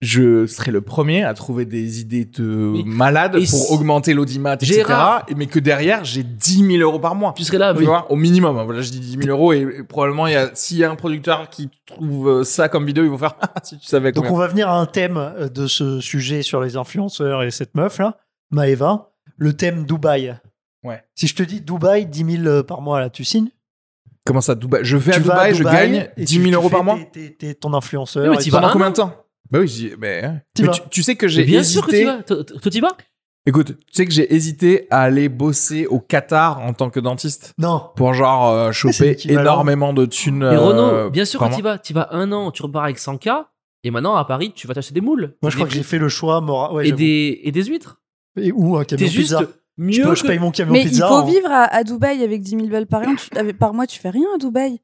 Speaker 1: je serais le premier à trouver des idées de
Speaker 2: Oui.
Speaker 1: malades
Speaker 2: Et
Speaker 1: pour
Speaker 2: si-
Speaker 1: augmenter l'audimat, etc.
Speaker 2: Gérard.
Speaker 1: Et- Mais que derrière, j'ai 10 000 euros par mois.
Speaker 2: Tu serais là,
Speaker 1: Tu
Speaker 2: oui.
Speaker 1: vois, au minimum. hein. Voilà, je dis 10 000 euros et, et probablement, il y a, s'il y a un producteur qui trouve euh, ça comme vidéo, ils vont faire Ah, si tu savais
Speaker 3: Donc
Speaker 1: combien.
Speaker 3: on va venir à un thème euh, de ce sujet sur les influenceurs et cette meuf là, Maeva, le thème Dubaï.
Speaker 1: Ouais.
Speaker 3: Si je te dis Dubaï, 10 000 euh, par mois, là, tu signes
Speaker 1: Comment ça, Dubaï Je vais à
Speaker 3: Tu vas
Speaker 1: Dubaï, je
Speaker 3: Dubaï
Speaker 1: gagne
Speaker 3: et
Speaker 1: 10
Speaker 3: tu-
Speaker 1: 000
Speaker 3: tu
Speaker 1: euros
Speaker 3: fais
Speaker 1: par mois.
Speaker 3: tes- tes- tes- ton influenceur.
Speaker 2: Non, mais
Speaker 3: et
Speaker 2: t'y
Speaker 3: tout.
Speaker 2: vas
Speaker 1: Pendant
Speaker 2: un
Speaker 1: combien de temps Bah oui, j'y- mais, hein.
Speaker 3: T'y
Speaker 1: Mais
Speaker 3: vas.
Speaker 1: tu, tu sais que j'ai
Speaker 2: Mais bien
Speaker 1: hésité.
Speaker 2: sûr que tu vas. Toi, toi, tu y vas
Speaker 1: Écoute, tu sais que j'ai hésité à aller bosser au Qatar en tant que dentiste
Speaker 3: Non,
Speaker 1: pour genre euh,
Speaker 3: c'est
Speaker 1: choper
Speaker 3: l'équivalent.
Speaker 1: énormément de thunes.
Speaker 2: Mais
Speaker 1: euh,
Speaker 2: Renaud, bien sûr
Speaker 1: par
Speaker 2: que tu y
Speaker 1: mois.
Speaker 2: vas. Tu y vas un an, tu repars avec 100K. Et maintenant, à Paris, tu vas t'acheter des moules.
Speaker 3: moi
Speaker 2: Des-
Speaker 3: je crois que j'ai fait le choix mora- ouais,
Speaker 2: et
Speaker 3: j'avoue.
Speaker 2: des, et des huîtres.
Speaker 3: Et- ou un camion
Speaker 2: T'es juste
Speaker 3: pizza.
Speaker 2: mieux
Speaker 3: Je, peux- je
Speaker 2: que-
Speaker 3: paye mon camion
Speaker 4: Mais il
Speaker 3: pizza. hein.
Speaker 4: faut
Speaker 3: en-
Speaker 4: vivre à, à Dubaï avec 10 000 balles par an. Tu- avec- par mois, tu fais rien à Dubaï.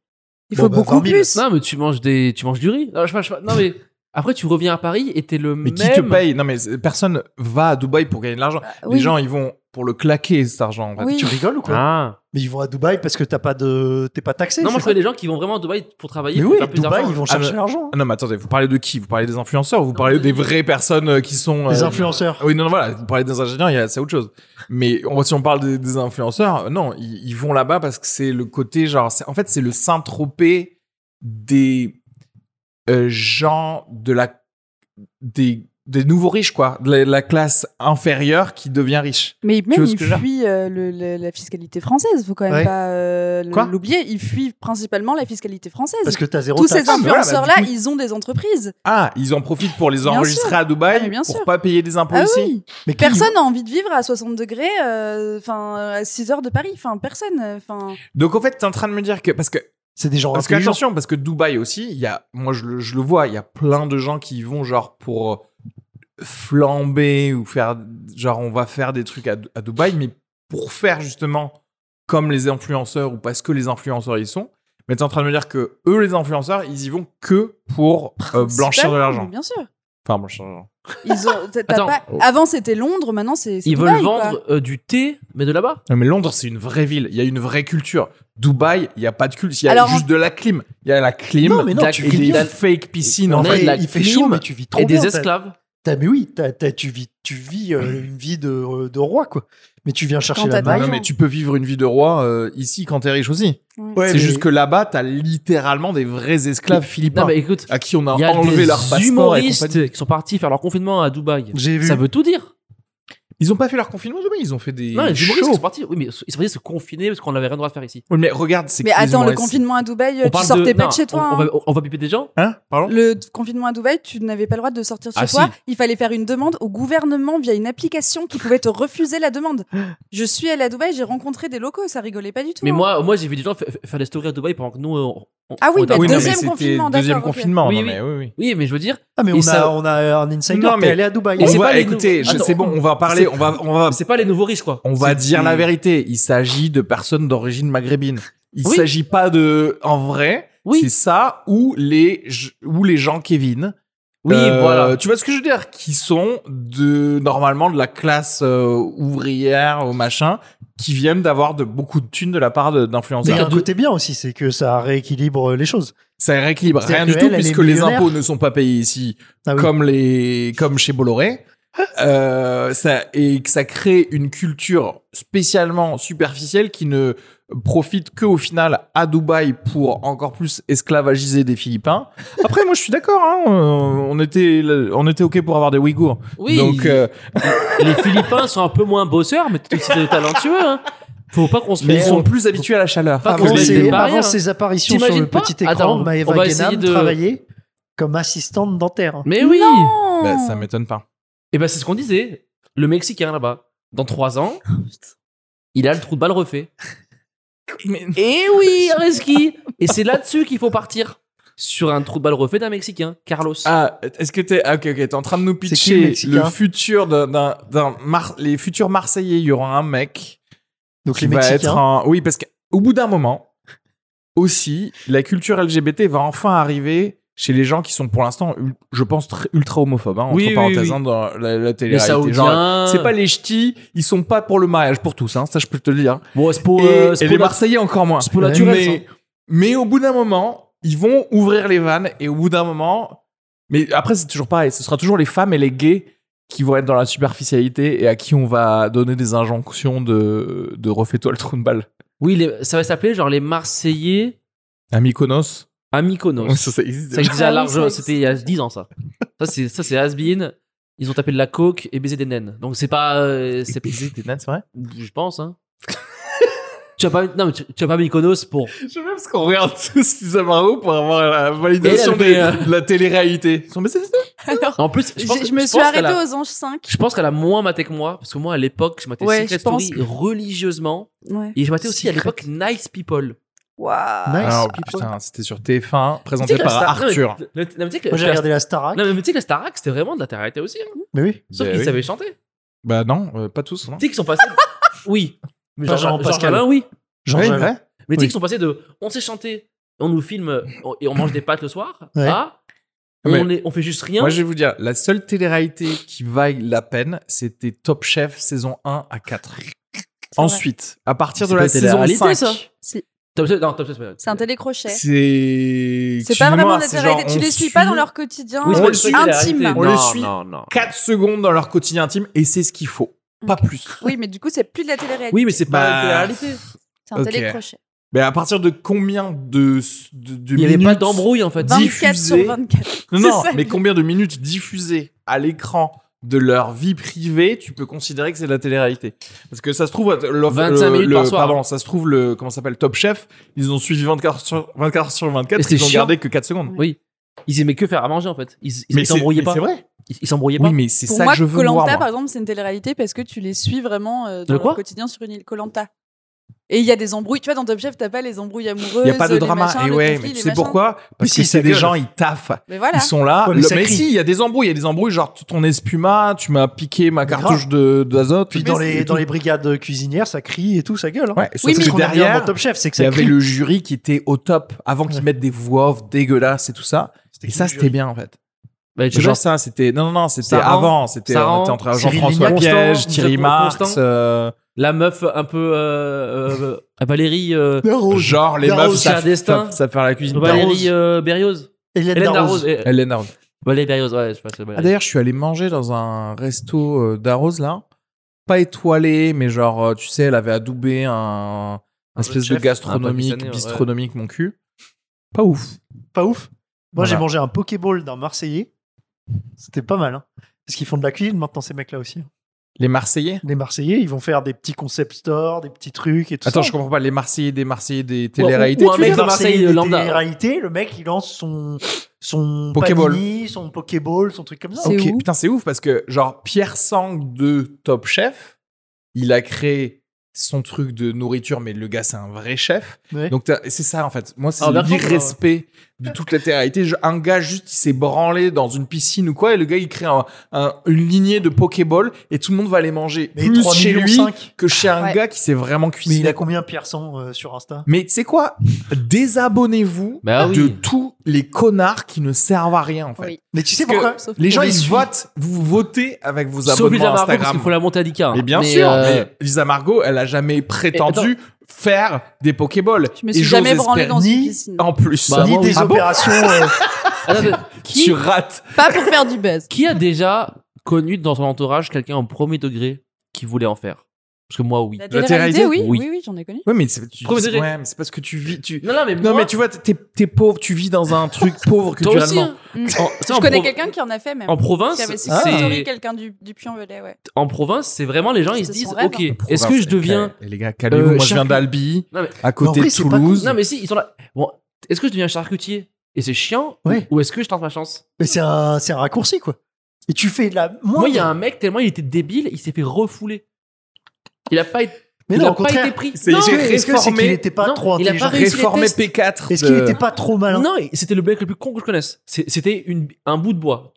Speaker 4: Il
Speaker 3: Bon,
Speaker 4: faut
Speaker 3: bah,
Speaker 4: beaucoup
Speaker 3: 20 000.
Speaker 4: plus.
Speaker 2: Non, mais tu manges, des... tu manges du riz. Non, je sais pas, je sais pas. Non, mais après, tu reviens à Paris et t'es le
Speaker 1: Mais
Speaker 2: même. Bah
Speaker 1: qui te paye Non, mais c'est- personne va à Dubaï pour gagner de l'argent.
Speaker 4: Oui.
Speaker 1: Les gens, ils vont pour le claquer cet argent. en fait.
Speaker 4: Oui.
Speaker 3: Tu rigoles ou quoi
Speaker 2: Ah.
Speaker 3: Mais ils vont à Dubaï parce que t'as pas de, t'es pas taxé.
Speaker 2: Non, moi,
Speaker 3: c'est
Speaker 2: je connais des gens qui vont vraiment à Dubaï pour travailler.
Speaker 1: Mais
Speaker 2: pour
Speaker 1: oui,
Speaker 2: faire
Speaker 3: ça
Speaker 2: plus
Speaker 3: Dubaï,
Speaker 2: d'argent.
Speaker 3: ils vont
Speaker 1: Ah,
Speaker 3: chercher
Speaker 1: mais-
Speaker 3: l'argent.
Speaker 1: Ah non, mais attendez, vous parlez de qui Vous parlez des influenceurs ou Vous parlez des vraies personnes euh, qui sont.
Speaker 3: Les
Speaker 1: euh,
Speaker 3: influenceurs.
Speaker 1: Oui, non, non, voilà, vous parlez des ingénieurs, il y a- c'est autre chose. Mais on- si on parle des, des influenceurs, euh, non, ils, ils vont là-bas parce que c'est le côté, genre, c'est- en fait, c'est le Saint-Tropez des euh, gens de la. Des, des nouveaux riches, quoi. De la, la classe inférieure qui devient riche.
Speaker 4: Mais
Speaker 1: vois
Speaker 4: même,
Speaker 1: ce
Speaker 4: il
Speaker 1: que je veux dire
Speaker 4: fuit euh, le- le- la fiscalité française. Faut quand même
Speaker 3: Ouais.
Speaker 4: pas euh, le-
Speaker 1: Quoi
Speaker 4: l'oublier. Il fuit principalement la fiscalité française.
Speaker 3: Parce que t'as zéro
Speaker 4: Tous
Speaker 3: taxe.
Speaker 4: ces influenceurs-là,
Speaker 1: Ah, bah, du
Speaker 4: ils ont des entreprises.
Speaker 1: Ah, ils en profitent pour les
Speaker 4: Bien
Speaker 1: enregistrer
Speaker 4: sûr.
Speaker 1: à Dubaï
Speaker 4: Ah, mais bien
Speaker 1: pour
Speaker 4: sûr.
Speaker 1: pas payer des impôts
Speaker 4: Ah
Speaker 1: ici.
Speaker 4: oui.
Speaker 3: Mais qui-
Speaker 4: Personne n'a envie de vivre à 60 degrés, euh, enfin à 6 heures de Paris. Enfin, personne. euh, Enfin,
Speaker 1: Donc en fait, t'es en train de me dire que parce que
Speaker 3: C'est des gens
Speaker 1: Parce que
Speaker 3: intelligents.
Speaker 1: attention, parce que Dubaï aussi, il y a, moi je le, je le vois, il y a plein de gens qui y vont genre pour euh, flamber ou faire, genre on va faire des trucs à, à Dubaï, mais pour faire justement comme les influenceurs ou parce que les influenceurs y sont. Mais t'es en train de me dire que eux, les influenceurs, ils y vont que pour euh, blanchir de
Speaker 4: principalement,
Speaker 1: l'argent.
Speaker 4: Bien sûr.
Speaker 1: Enfin, blanchir de l'argent.
Speaker 4: Ils ont- t'as- t'as
Speaker 2: Attends.
Speaker 4: pas- Avant c'était Londres, maintenant c'est. c'est
Speaker 2: Ils veulent
Speaker 4: Dubaï, quoi.
Speaker 2: vendre euh, du thé, mais de là-bas.
Speaker 1: Non, mais Londres, c'est une vraie ville. Il y a une vraie culture. Dubaï, il y a pas de culture. Il y a
Speaker 4: Alors,
Speaker 1: juste de la clim. Il y a la clim.
Speaker 3: Non, mais non,
Speaker 1: et
Speaker 3: tu
Speaker 1: des
Speaker 3: kiffes.
Speaker 1: fake piscines. en
Speaker 2: On a
Speaker 1: fait.
Speaker 2: de la
Speaker 3: il fait chaud,
Speaker 2: clim
Speaker 3: mais tu vis trop
Speaker 2: et
Speaker 3: bien.
Speaker 2: des
Speaker 3: t'as-
Speaker 2: esclaves.
Speaker 3: t'as- mais oui, t'as- t'as- tu vis, tu vis
Speaker 1: Mm.
Speaker 3: euh, une vie de, euh, de roi, quoi. Mais tu viens chercher
Speaker 4: Quand
Speaker 3: la
Speaker 4: t'as
Speaker 1: Non,
Speaker 3: maille.
Speaker 4: de
Speaker 1: mais tu peux vivre une vie de roi euh, ici quand t'es riche aussi.
Speaker 4: Ouais.
Speaker 1: c'est juste que là-bas, t'as littéralement des vrais esclaves philippins
Speaker 2: Non, mais écoute,
Speaker 1: à qui on a
Speaker 2: il y a
Speaker 1: enlevé leur
Speaker 2: des
Speaker 1: passeport et compagnie.
Speaker 2: humoristes qui sont partis faire leur confinement à Dubaï.
Speaker 3: J'ai vu.
Speaker 2: Ça veut tout dire.
Speaker 1: Ils ont pas fait leur confinement demain, ils ont fait des
Speaker 2: Non, les humoristes qui
Speaker 1: shows.
Speaker 2: sont partis, oui, mais ils sont partis se confiner parce qu'on n'avait rien le droit de faire ici.
Speaker 1: Oui, mais regarde, c'est
Speaker 4: Mais
Speaker 1: que les
Speaker 4: attends, le
Speaker 1: humoristes-
Speaker 4: confinement à Dubaï,
Speaker 2: On
Speaker 4: tu
Speaker 2: parle
Speaker 4: sortais pas
Speaker 2: non,
Speaker 4: de chez toi.
Speaker 2: On, on
Speaker 4: hein.
Speaker 2: va, on va piper des gens
Speaker 1: Hein Pardon
Speaker 4: Le t- confinement à Dubaï, tu n'avais pas le droit de sortir de chez
Speaker 1: Ah,
Speaker 4: toi.
Speaker 1: si.
Speaker 4: Il fallait faire une demande au gouvernement via une application qui pouvait te refuser la demande. Je suis allée à Dubaï, j'ai rencontré des locaux, ça rigolait pas du tout.
Speaker 2: Mais
Speaker 4: hein.
Speaker 2: moi, moi j'ai vu des gens fa- fa- faire des stories à Dubaï pendant que nous. on- on-
Speaker 4: Ah oui,
Speaker 2: on était
Speaker 4: bah,
Speaker 2: en
Speaker 1: Oui, non,
Speaker 2: Dubaï.
Speaker 1: mais
Speaker 4: deuxième
Speaker 1: c'était
Speaker 4: confinement,
Speaker 1: deuxième
Speaker 4: d'accord, ok.
Speaker 1: confinement,
Speaker 2: Oui,
Speaker 1: non,
Speaker 2: oui.
Speaker 1: mais oui, oui.
Speaker 2: Oui, mais je veux dire,
Speaker 3: Ah, mais
Speaker 2: Et
Speaker 3: on, a,
Speaker 2: ça-
Speaker 3: on a un insider
Speaker 1: Non,
Speaker 3: qui
Speaker 1: mais-
Speaker 3: est allé à Dubaï.
Speaker 2: Et
Speaker 1: On
Speaker 2: c'est
Speaker 1: va,
Speaker 2: pas les
Speaker 1: écoutez,
Speaker 2: nouveaux-
Speaker 1: je-
Speaker 2: Attends.
Speaker 1: c'est bon, on va parler, on va, on va,
Speaker 2: c'est pas les nouveaux riches, quoi.
Speaker 1: on va
Speaker 2: C'est-
Speaker 1: dire
Speaker 2: c'est-
Speaker 1: la vérité. Il s'agit de personnes d'origine maghrébine. Il
Speaker 2: Oui.
Speaker 1: s'agit pas de, en vrai,
Speaker 2: Oui.
Speaker 1: c'est ça ou les, ou les gens Kevin.
Speaker 2: Oui,
Speaker 1: Euh,
Speaker 2: voilà.
Speaker 1: Tu vois ce que je veux dire Qui sont de normalement de la classe euh, ouvrière ou machin, qui viennent d'avoir de beaucoup de thunes de la part de-
Speaker 3: Mais il y a
Speaker 1: d'influenceurs.
Speaker 3: un côté bien aussi, c'est que ça rééquilibre euh, les choses.
Speaker 1: Ça rééquilibre
Speaker 3: C'est-à-dire
Speaker 1: rien du
Speaker 3: que
Speaker 1: tout
Speaker 3: elle, elle est
Speaker 1: puisque les
Speaker 3: millionnaire.
Speaker 1: impôts ne sont pas payés ici,
Speaker 3: Ah oui.
Speaker 1: comme les comme chez Bolloré. Euh, ça, et que ça crée une culture spécialement superficielle qui ne profite que au final à Dubaï pour encore plus esclavagiser des Philippins. Après, moi, je suis d'accord. hein, euh, on était on était ok pour avoir des Ouïghours.
Speaker 2: Oui,
Speaker 1: Donc, euh,
Speaker 2: les Philippins sont un peu moins bosseurs, mais tout aussi talentueux. Hein. Faut pas qu'on se
Speaker 1: mais ils
Speaker 2: mette-
Speaker 1: sont plus habitués à la chaleur. Ah,
Speaker 2: Pas
Speaker 1: que
Speaker 3: Avant
Speaker 2: qu'on se mette des
Speaker 3: ses,
Speaker 2: barrières.
Speaker 3: avant ses apparitions sur
Speaker 2: T'imagines
Speaker 3: le
Speaker 2: pas
Speaker 3: petit écran,
Speaker 2: Attends, on
Speaker 3: Maëva
Speaker 2: va essayer
Speaker 3: Guénam
Speaker 2: de-
Speaker 3: travaillait comme assistante dentaire.
Speaker 2: Mais oui
Speaker 4: Non
Speaker 1: Bah, ça m'étonne pas.
Speaker 2: Et ben c'est ce qu'on disait. Le Mexicain là-bas, dans trois ans,
Speaker 4: Oh,
Speaker 2: il a le trou de balle refait. Et oui, un ski Et c'est là-dessus qu'il faut partir. Sur un trou de balle refait d'un Mexicain, Carlos.
Speaker 1: Ah, est-ce que t'es ah, ok ok t'es en train de nous
Speaker 3: C'est qui, le
Speaker 1: pitcher
Speaker 3: Mexicain
Speaker 1: le futur d'un d'un d'un Mar- les futurs Marseillais il y aura un mec
Speaker 3: Donc
Speaker 1: qui
Speaker 3: les
Speaker 1: va
Speaker 3: Mexicains.
Speaker 1: être un- Oui, parce qu'au bout d'un moment, aussi, la culture LGBT va enfin arriver chez les gens qui sont pour l'instant, ul- je pense, très- ultra homophobes, hein, entre
Speaker 2: Oui, oui,
Speaker 1: parenthèses,
Speaker 2: oui.
Speaker 1: hein, dans la, la
Speaker 2: Les
Speaker 1: télé-réalité. Genre,
Speaker 2: Saoudiens.
Speaker 1: C'est pas les ch'tis, ils sont pas pour le mariage pour tous, hein, ça je peux te le dire.
Speaker 2: Bon, c'est pour.
Speaker 1: et,
Speaker 2: euh,
Speaker 1: et
Speaker 2: c'est
Speaker 1: les
Speaker 2: pour la- hein.
Speaker 1: Marseillais encore moins.
Speaker 2: c'est pour naturel,
Speaker 1: mais, mais au bout d'un moment, ils vont ouvrir les vannes et au bout d'un moment, mais après c'est toujours pareil, ce sera toujours les femmes et les gays qui vont être dans la superficialité et à qui on va donner des injonctions de, de refais-toi le trou de balle.
Speaker 2: Oui, les- ça va s'appeler genre les Marseillais
Speaker 1: À Mykonos,
Speaker 2: à Mykonos.
Speaker 1: Ouais,
Speaker 2: ça
Speaker 1: ça, ça existe
Speaker 2: existait déjà
Speaker 4: Ah oui, ça
Speaker 2: large. euh,
Speaker 4: existe.
Speaker 2: C'était il y a 10 ans, ça. Ça, c'est, ça, c'est has-been. Ils ont tapé de la coke et baisé des naines. Donc, c'est pas. euh, c'est,
Speaker 1: c'est vrai
Speaker 2: je pense, hein. tu as pas. Non, mais tu, tu as pas Mykonos pour.
Speaker 1: Je sais même parce qu'on regarde tous suffisamment haut pour avoir la validation
Speaker 2: Et elle fait,
Speaker 1: des-
Speaker 2: euh,
Speaker 1: de la télé-réalité. Ils sont, Mais c'est ça
Speaker 4: Alors,
Speaker 2: En plus,
Speaker 4: j'ai-
Speaker 2: je,
Speaker 4: je,
Speaker 2: pense-
Speaker 4: me
Speaker 2: je
Speaker 4: suis
Speaker 2: pense qu'elle
Speaker 4: arrêtée
Speaker 2: a-
Speaker 4: aux anges 5.
Speaker 2: Je pense qu'elle a moins maté que moi, parce que moi à l'époque, je matais
Speaker 4: Ouais,
Speaker 2: Secret
Speaker 4: je pense.
Speaker 2: Story religieusement,
Speaker 4: Ouais.
Speaker 2: et je matais aussi à
Speaker 3: Secret.
Speaker 2: l'époque Nice People.
Speaker 4: Waouh.
Speaker 3: Nice.
Speaker 1: Alors,
Speaker 3: People.
Speaker 1: Ah, oh, putain, c'était sur TF1, présenté
Speaker 2: Tu sais que la
Speaker 1: par
Speaker 2: Star- non, mais-
Speaker 1: Arthur.
Speaker 2: le- le- non, mais tu sais que-
Speaker 3: Moi, j'ai
Speaker 2: la-
Speaker 3: regardé la Starac.
Speaker 2: Non, mais tu sais que la Starac, c'était vraiment de la télé-réalité aussi. hein.
Speaker 3: Mais oui.
Speaker 2: Sauf
Speaker 1: Bah
Speaker 2: qu'ils
Speaker 1: oui.
Speaker 2: savaient chanter.
Speaker 1: Bah non, euh, pas tous. Non.
Speaker 2: Tu sais qu'ils sont passés. oui. Mais
Speaker 3: Pas
Speaker 2: genre,
Speaker 3: Jean
Speaker 2: genre
Speaker 3: Pascal.
Speaker 2: Alain, oui.
Speaker 3: Jean
Speaker 1: Oui,
Speaker 3: Jaurès.
Speaker 1: ouais.
Speaker 2: Mais tu sais
Speaker 3: Oui.
Speaker 2: qu'ils sont passés de on sait chanter, on nous filme euh, on- et on mange des pâtes le soir,
Speaker 3: Ouais.
Speaker 2: à on, est- on fait juste rien.
Speaker 1: Moi, je vais vous dire, la seule télé-réalité qui vaille la peine, c'était Top Chef saison 1 à 4.
Speaker 4: vrai.
Speaker 1: Ensuite, à partir
Speaker 2: C'est
Speaker 1: de la
Speaker 2: pas
Speaker 1: saison
Speaker 2: télé-réalité,
Speaker 1: 5,
Speaker 2: ça.
Speaker 4: Si.
Speaker 2: Top Chef- non, Top Chef, pas-
Speaker 4: C'est un télécrochet.
Speaker 1: c'est.
Speaker 4: C'est pas vraiment
Speaker 1: Excuse-moi,
Speaker 4: des
Speaker 1: c'est
Speaker 4: réalités.
Speaker 1: genre,
Speaker 4: Tu
Speaker 1: on
Speaker 4: les suis pas
Speaker 1: suit
Speaker 4: dans leur quotidien
Speaker 2: Oui, c'est
Speaker 1: On
Speaker 2: pas
Speaker 1: le
Speaker 2: une
Speaker 1: suit,
Speaker 4: Ah, intime.
Speaker 1: On
Speaker 2: Non,
Speaker 1: le suit.
Speaker 2: Non, non.
Speaker 1: 4 secondes dans leur quotidien intime et c'est ce qu'il faut. Pas plus.
Speaker 4: Oui, mais du coup, c'est plus de la télé-réalité.
Speaker 2: Oui, mais c'est pas
Speaker 1: Bah,
Speaker 2: une télé-réalité.
Speaker 4: C'est un
Speaker 1: ok.
Speaker 4: télécrochet.
Speaker 1: Mais à partir de combien de. de, de
Speaker 2: Il n'y avait pas
Speaker 1: minutes-
Speaker 2: d'embrouille en fait.
Speaker 4: 24 sur
Speaker 1: diffusé.
Speaker 4: 24.
Speaker 1: Non,
Speaker 4: C'est
Speaker 1: non,
Speaker 4: ça.
Speaker 1: mais combien de minutes diffusées à l'écran de leur vie privée, tu peux considérer que c'est de la télé-réalité Parce que ça se trouve, le,
Speaker 2: 25
Speaker 1: le-
Speaker 2: minutes
Speaker 1: le-
Speaker 2: par soir.
Speaker 1: Pardon, ça se trouve le comment ça s'appelle Top Chef. Ils ont suivi 24 sur 24 sur 24.
Speaker 2: Et c'était
Speaker 1: ils ont
Speaker 2: chiant.
Speaker 1: gardé que 4 secondes.
Speaker 2: Oui. Ils aimaient que faire à manger en fait. Ils ils-
Speaker 1: Mais
Speaker 2: ils
Speaker 1: c'est-
Speaker 2: s'embrouillaient
Speaker 1: mais
Speaker 2: pas.
Speaker 1: C'est vrai.
Speaker 2: Ils ils s'embrouillaient
Speaker 1: Oui,
Speaker 2: pas.
Speaker 1: mais c'est
Speaker 4: Pour
Speaker 1: ça
Speaker 4: moi,
Speaker 1: que je veux voir.
Speaker 4: Colanta,
Speaker 1: moi.
Speaker 4: par exemple, c'est une télé-réalité parce que tu les suis vraiment euh, dans
Speaker 2: De quoi
Speaker 4: leur quotidien sur une île Colanta. Et il y a des embrouilles. Tu vois, dans Top Chef, t'as pas les embrouilles amoureuses.
Speaker 1: Il n'y a pas de
Speaker 4: les
Speaker 1: drama.
Speaker 4: machins,
Speaker 1: et
Speaker 4: les
Speaker 1: ouais,
Speaker 4: conflits,
Speaker 1: mais tu
Speaker 4: les
Speaker 1: sais
Speaker 4: machins.
Speaker 1: pourquoi Parce
Speaker 3: si,
Speaker 1: que
Speaker 3: ça
Speaker 1: c'est des
Speaker 3: gueule.
Speaker 1: gens, ils taffent.
Speaker 4: Mais voilà.
Speaker 1: Ils sont là.
Speaker 3: Ouais, mais
Speaker 1: Le-
Speaker 3: ça
Speaker 1: mais
Speaker 3: crie.
Speaker 1: si, il y a des embrouilles. Il y a des embrouilles genre ton espuma, tu m'as piqué ma cartouche de- d'azote.
Speaker 3: Puis dans
Speaker 1: Et
Speaker 3: les,
Speaker 1: tout.
Speaker 3: dans les brigades cuisinières, ça crie et tout, ça gueule. hein.
Speaker 1: Ouais, sauf
Speaker 4: Oui,
Speaker 1: que
Speaker 4: mais-
Speaker 3: C'est ce qu'on a dit avant
Speaker 1: derrière,
Speaker 3: Top Chef, c'est que
Speaker 1: Il y
Speaker 3: ça
Speaker 1: avait
Speaker 3: crie.
Speaker 1: le jury qui était au top avant qu'ils
Speaker 3: Ouais.
Speaker 1: mettent des voix off dégueulasses et tout ça. Et
Speaker 3: qui
Speaker 1: ça,
Speaker 3: le
Speaker 1: c'était
Speaker 3: jury
Speaker 1: bien en fait.
Speaker 2: Bah, tu
Speaker 1: Genre,
Speaker 2: vois,
Speaker 1: ça, c'était. Non, non, non, c'était
Speaker 2: Saran,
Speaker 1: avant. C'était
Speaker 2: Saran,
Speaker 1: on était entre
Speaker 3: Cyril
Speaker 1: Jean-François
Speaker 2: Lignac,
Speaker 1: Piège,
Speaker 2: Constant,
Speaker 1: Thierry
Speaker 2: Constant.
Speaker 1: Marx, euh,
Speaker 2: la meuf un peu euh, euh, euh, Valérie euh,
Speaker 1: genre les
Speaker 3: Darroze,
Speaker 1: meufs, ça,
Speaker 2: Pierre Destin.
Speaker 1: ça, ça faire la cuisine. Darroze.
Speaker 2: Valérie euh, Berrios.
Speaker 3: Hélène
Speaker 2: Hélène
Speaker 3: Darroze.
Speaker 2: Darroze. eh, eh,
Speaker 1: Hélène Darroze.
Speaker 2: Valérie Berrios, ouais, je sais pas. c'est
Speaker 1: Ah,
Speaker 2: Valérie.
Speaker 1: D'ailleurs, je suis allé manger dans un resto euh, d'Arose là. Pas étoilé, mais genre, euh, tu sais, elle avait adoubé un, un espèce
Speaker 3: chef,
Speaker 1: de gastronomique,
Speaker 2: un Pakistanais, ouais.
Speaker 1: bistronomique, mon cul. Pas ouf.
Speaker 3: Pas ouf. Moi,
Speaker 1: Voilà.
Speaker 3: j'ai mangé un Pokéball d'un Marseillais. C'était pas mal. hein. Parce qu'ils font de la cuisine maintenant, ces mecs-là aussi. hein.
Speaker 1: Les Marseillais
Speaker 3: Les Marseillais, ils vont faire des petits concept stores, des petits trucs et tout
Speaker 1: Attends,
Speaker 3: ça.
Speaker 1: je comprends pas. Les Marseillais des Marseillais des téléréalités.
Speaker 2: ou un
Speaker 1: tu
Speaker 3: Les
Speaker 1: veux
Speaker 2: mec
Speaker 1: dire
Speaker 2: de Marseille,
Speaker 3: des
Speaker 2: lambda.
Speaker 3: téléréalités, le mec, il lance son, son
Speaker 1: Pokéball.
Speaker 3: panini, son Pokéball, son truc comme ça.
Speaker 4: C'est
Speaker 1: Ok,
Speaker 4: où
Speaker 1: putain, c'est ouf parce que, genre, Pierre Sang de Top Chef, il a créé son truc de nourriture, mais le gars, c'est un vrai chef.
Speaker 3: Ouais.
Speaker 1: Donc, t'as- c'est ça, en fait. Moi, c'est
Speaker 2: Ah, d'accord,
Speaker 1: l'irrespect de toute la réalité. Je- Un gars, juste, il s'est branlé dans une piscine ou quoi, et le gars, il crée un- un- une lignée de Pokéball, et tout le monde va les manger.
Speaker 3: mais
Speaker 1: plus
Speaker 3: 3
Speaker 1: chez
Speaker 3: millions
Speaker 1: lui
Speaker 3: cinq.
Speaker 1: que chez un
Speaker 4: Ouais.
Speaker 1: gars qui s'est vraiment
Speaker 3: Mais il
Speaker 1: cuisiné.
Speaker 3: a combien Pierre 100 euh, sur Insta
Speaker 1: Mais tu sais quoi Désabonnez-vous
Speaker 2: Bah oui.
Speaker 1: de tous les connards qui ne servent à rien, en fait.
Speaker 4: Oui.
Speaker 3: Mais tu sais
Speaker 1: Parce
Speaker 3: pourquoi
Speaker 4: Sauf
Speaker 1: Les
Speaker 4: que-
Speaker 1: gens,
Speaker 3: On les
Speaker 1: ils
Speaker 3: suit.
Speaker 1: votent. Vous votez avec vos
Speaker 2: Sauf
Speaker 1: abonnements
Speaker 2: Lisa Margot, parce
Speaker 1: Instagram.
Speaker 2: qu'il faut la monter à 10K. hein.
Speaker 1: Mais bien sûr,
Speaker 2: euh,
Speaker 1: mais Lisa Margot, elle a jamais prétendu faire des Pokéballs.
Speaker 4: Je me suis
Speaker 1: Et
Speaker 4: jamais
Speaker 1: j'ose
Speaker 4: branlée
Speaker 1: espérer-
Speaker 4: dans une
Speaker 3: ni
Speaker 4: piscine.
Speaker 1: En plus,
Speaker 2: Bah,
Speaker 3: Ni
Speaker 2: moi, oui.
Speaker 3: des
Speaker 1: Ah bon
Speaker 3: opérations. euh,
Speaker 2: attends, attends, qui,
Speaker 1: tu rates.
Speaker 4: Pas pour faire du buzz.
Speaker 2: qui a déjà connu dans son entourage quelqu'un en premier degré qui voulait en faire Parce que moi, oui.
Speaker 4: La
Speaker 1: télé-réalité,
Speaker 4: télé-réalité, oui,
Speaker 2: oui.
Speaker 4: oui, oui, j'en ai connu.
Speaker 1: Ouais, mais c'est tu-
Speaker 2: Premier degré.
Speaker 1: ouais, mais c'est parce que tu vis. Tu...
Speaker 2: Non, non, mais
Speaker 1: Non,
Speaker 2: moi,
Speaker 1: mais tu vois, t'es t'es pauvre, tu vis dans un truc pauvre
Speaker 2: toi aussi.
Speaker 1: culturellement.
Speaker 2: hein.
Speaker 4: Mm.
Speaker 2: En- tu sais, en
Speaker 4: Je connais
Speaker 2: pro-
Speaker 4: quelqu'un qui en a fait même.
Speaker 2: En province,
Speaker 4: Qui avait su
Speaker 1: Ah.
Speaker 4: story quelqu'un du, du Puy-en-Velay, ouais.
Speaker 2: en province, c'est vraiment les gens, ils se
Speaker 4: C'est
Speaker 2: disent,
Speaker 4: son rêve,
Speaker 2: ok,
Speaker 4: hein.
Speaker 2: est-ce que je deviens
Speaker 1: Et les gars, calmez-vous.
Speaker 2: Euh,
Speaker 1: Moi, je viens
Speaker 2: charcu-
Speaker 1: d'Albi,
Speaker 2: Non, mais-
Speaker 1: à
Speaker 3: Mais en
Speaker 1: côté
Speaker 3: vrai,
Speaker 1: de
Speaker 3: c'est pas
Speaker 1: Toulouse.
Speaker 2: Non, mais si, ils sont là. Bon, est-ce que je deviens charcutier Et c'est chiant
Speaker 3: Ouais.
Speaker 2: Ou est-ce que je tente ma chance
Speaker 3: Mais c'est un, c'est un raccourci, quoi. Et tu fais de la moindre.
Speaker 2: Moi, il y a un mec, tellement il était débile, il s'est fait refouler. Il a pas, été-
Speaker 3: Mais
Speaker 2: il
Speaker 3: non,
Speaker 2: a
Speaker 3: au
Speaker 2: pas
Speaker 3: contraire.
Speaker 2: été pris.
Speaker 1: C'est-
Speaker 2: Non,
Speaker 3: Est-ce que- est-ce que c'est
Speaker 1: réformé.
Speaker 3: qu'il n'était pas
Speaker 2: Non,
Speaker 3: trop
Speaker 2: il a pas
Speaker 3: intelligent
Speaker 2: réussi les
Speaker 1: Réformer
Speaker 2: tests.
Speaker 1: P4.
Speaker 3: Est-ce qu'il
Speaker 1: de-
Speaker 3: n'était pas trop malin
Speaker 2: Non, et c'était le mec le plus con que je connaisse. C'est- C'était une- un bout de bois.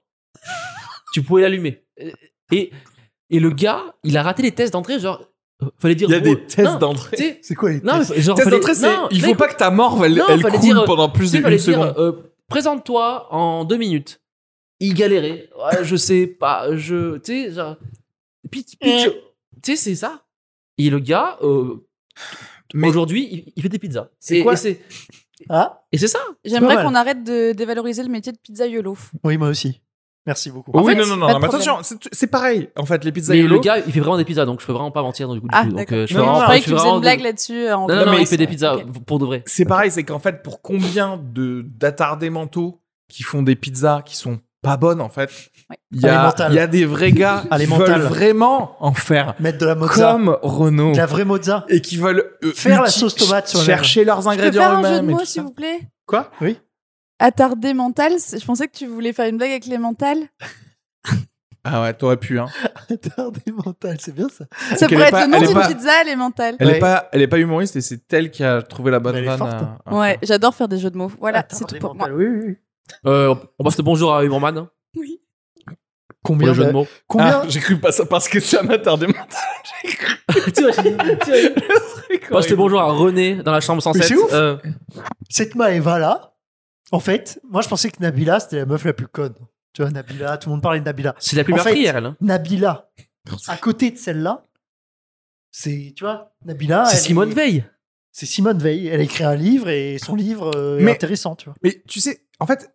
Speaker 2: tu pouvais l'allumer. Et, et le gars, il a raté les tests d'entrée, genre euh, fallait dire.
Speaker 1: Il y a
Speaker 2: drôle.
Speaker 1: des tests
Speaker 2: Non,
Speaker 1: d'entrée.
Speaker 2: tu sais,
Speaker 3: C'est quoi les
Speaker 2: Non,
Speaker 3: tests
Speaker 2: mais genre,
Speaker 1: Tests
Speaker 2: fallait-
Speaker 1: d'entrée, c'est
Speaker 2: non,
Speaker 1: il
Speaker 2: mais
Speaker 1: faut pas que ta morve elle,
Speaker 2: Non,
Speaker 1: elle
Speaker 2: fallait
Speaker 1: coule
Speaker 2: dire, euh,
Speaker 1: pendant plus
Speaker 2: Tu sais,
Speaker 1: d'une
Speaker 2: fallait
Speaker 1: seconde.
Speaker 2: dire euh, présente-toi en deux minutes. Il galérait. Ouais, je sais pas. Je, tu sais, genre, pitch- pitch- tu sais, c'est ça. Et le gars, euh,
Speaker 1: Mais-
Speaker 2: aujourd'hui, il, il fait des pizzas.
Speaker 3: C'est
Speaker 2: Et-
Speaker 3: quoi
Speaker 2: et c'est,
Speaker 3: Ah
Speaker 2: et c'est ça.
Speaker 3: mal.
Speaker 4: J'aimerais qu'on arrête de dévaloriser le métier de pizzaïolo.
Speaker 3: Oui, moi aussi. Merci beaucoup.
Speaker 1: oui,
Speaker 4: fait,
Speaker 1: non, non, non,
Speaker 4: pas
Speaker 1: non,
Speaker 4: de
Speaker 1: mais
Speaker 4: problème.
Speaker 1: attention, c'est- c'est pareil. En fait, les pizzas
Speaker 2: Mais
Speaker 1: yolo-
Speaker 2: le gars, il fait vraiment des pizzas, donc je peux vraiment pas mentir. Donc, du coup,
Speaker 4: Ah,
Speaker 2: donc, euh,
Speaker 4: d'accord.
Speaker 2: je
Speaker 1: Non, non,
Speaker 2: peux vraiment
Speaker 1: non,
Speaker 4: Je
Speaker 2: pas-
Speaker 4: croyais
Speaker 2: je
Speaker 4: que
Speaker 2: fais
Speaker 4: tu faisais
Speaker 2: vraiment
Speaker 4: une
Speaker 2: de-
Speaker 4: blague là-dessus. euh, en
Speaker 2: Non, non, non,
Speaker 4: préparant
Speaker 2: il fait des
Speaker 4: ça.
Speaker 2: pizzas euh,
Speaker 4: Ok.
Speaker 2: pour de vrai.
Speaker 1: C'est pareil, c'est qu'en fait, pour combien de d'attardés mentaux qui font des pizzas qui sont pas bonnes, en fait,
Speaker 4: Ouais.
Speaker 1: il y, a,
Speaker 3: Alimental.
Speaker 1: il y a des vrais gars
Speaker 3: Allez,
Speaker 1: qui
Speaker 3: mental.
Speaker 1: veulent vraiment en faire
Speaker 3: Mettre de la mozza.
Speaker 1: comme Renault
Speaker 3: De la vraie mozza.
Speaker 1: et qui veulent euh,
Speaker 3: Faire la
Speaker 1: uti-
Speaker 3: sauce tomate sur
Speaker 1: chercher leurs
Speaker 4: Je peux faire
Speaker 1: ingrédients
Speaker 4: un jeu
Speaker 1: eux-mêmes.
Speaker 4: de
Speaker 1: et
Speaker 4: mots,
Speaker 1: tout ça.
Speaker 4: s'il vous plaît
Speaker 1: Quoi
Speaker 3: Oui.
Speaker 4: Attardé mental. c'est- Je pensais que tu voulais faire une blague avec les mentales.
Speaker 1: Ah ouais, t'aurais pu. Hein.
Speaker 3: Attardé mental, c'est bien ça.
Speaker 4: Ça
Speaker 1: qu'elle
Speaker 4: pourrait
Speaker 1: est
Speaker 4: être
Speaker 1: pas-
Speaker 4: le nom
Speaker 1: elle est
Speaker 4: d'une
Speaker 1: pas-
Speaker 4: pizza, les mentales.
Speaker 1: Elle
Speaker 3: Ouais.
Speaker 1: est pas, elle est pas humoriste et c'est elle qui a trouvé la bonne
Speaker 3: Elle est
Speaker 1: vanne. euh,
Speaker 3: forte.
Speaker 1: à- à
Speaker 4: Ouais,
Speaker 1: faire.
Speaker 4: j'adore faire des jeux de mots. Voilà, c'est
Speaker 3: Attardé
Speaker 4: tout pour moi.
Speaker 3: mental, Ah, Oui, oui, oui.
Speaker 2: Euh, on passe le bonjour à Humorman hein, pour
Speaker 3: Combien
Speaker 2: le jeu de
Speaker 3: de
Speaker 2: mots.
Speaker 3: Combien
Speaker 1: Ah, j'ai cru pas ça parce que c'est un attardé mental.
Speaker 2: Tu vois, tu vois, passe le bonjour à René dans la chambre
Speaker 3: Mais
Speaker 2: 107.
Speaker 3: c'est ouf.
Speaker 2: Euh,
Speaker 3: Cette Maeva là, en fait, moi je pensais que Nabila c'était la meuf la plus conne. Tu vois, Nabila, tout le monde parlait de Nabila.
Speaker 2: c'est la plus
Speaker 3: En fait-
Speaker 2: meurtrière, elle. hein.
Speaker 3: Nabila,
Speaker 1: Ah,
Speaker 3: à côté de celle-là, c'est, tu vois, Nabila.
Speaker 2: C'est
Speaker 3: elle
Speaker 2: Simone
Speaker 3: est-
Speaker 2: Veil.
Speaker 3: C'est Simone Veil. Elle a écrit un livre et son livre euh, est
Speaker 1: Mais-
Speaker 3: intéressant, tu vois.
Speaker 1: Mais tu sais, en fait,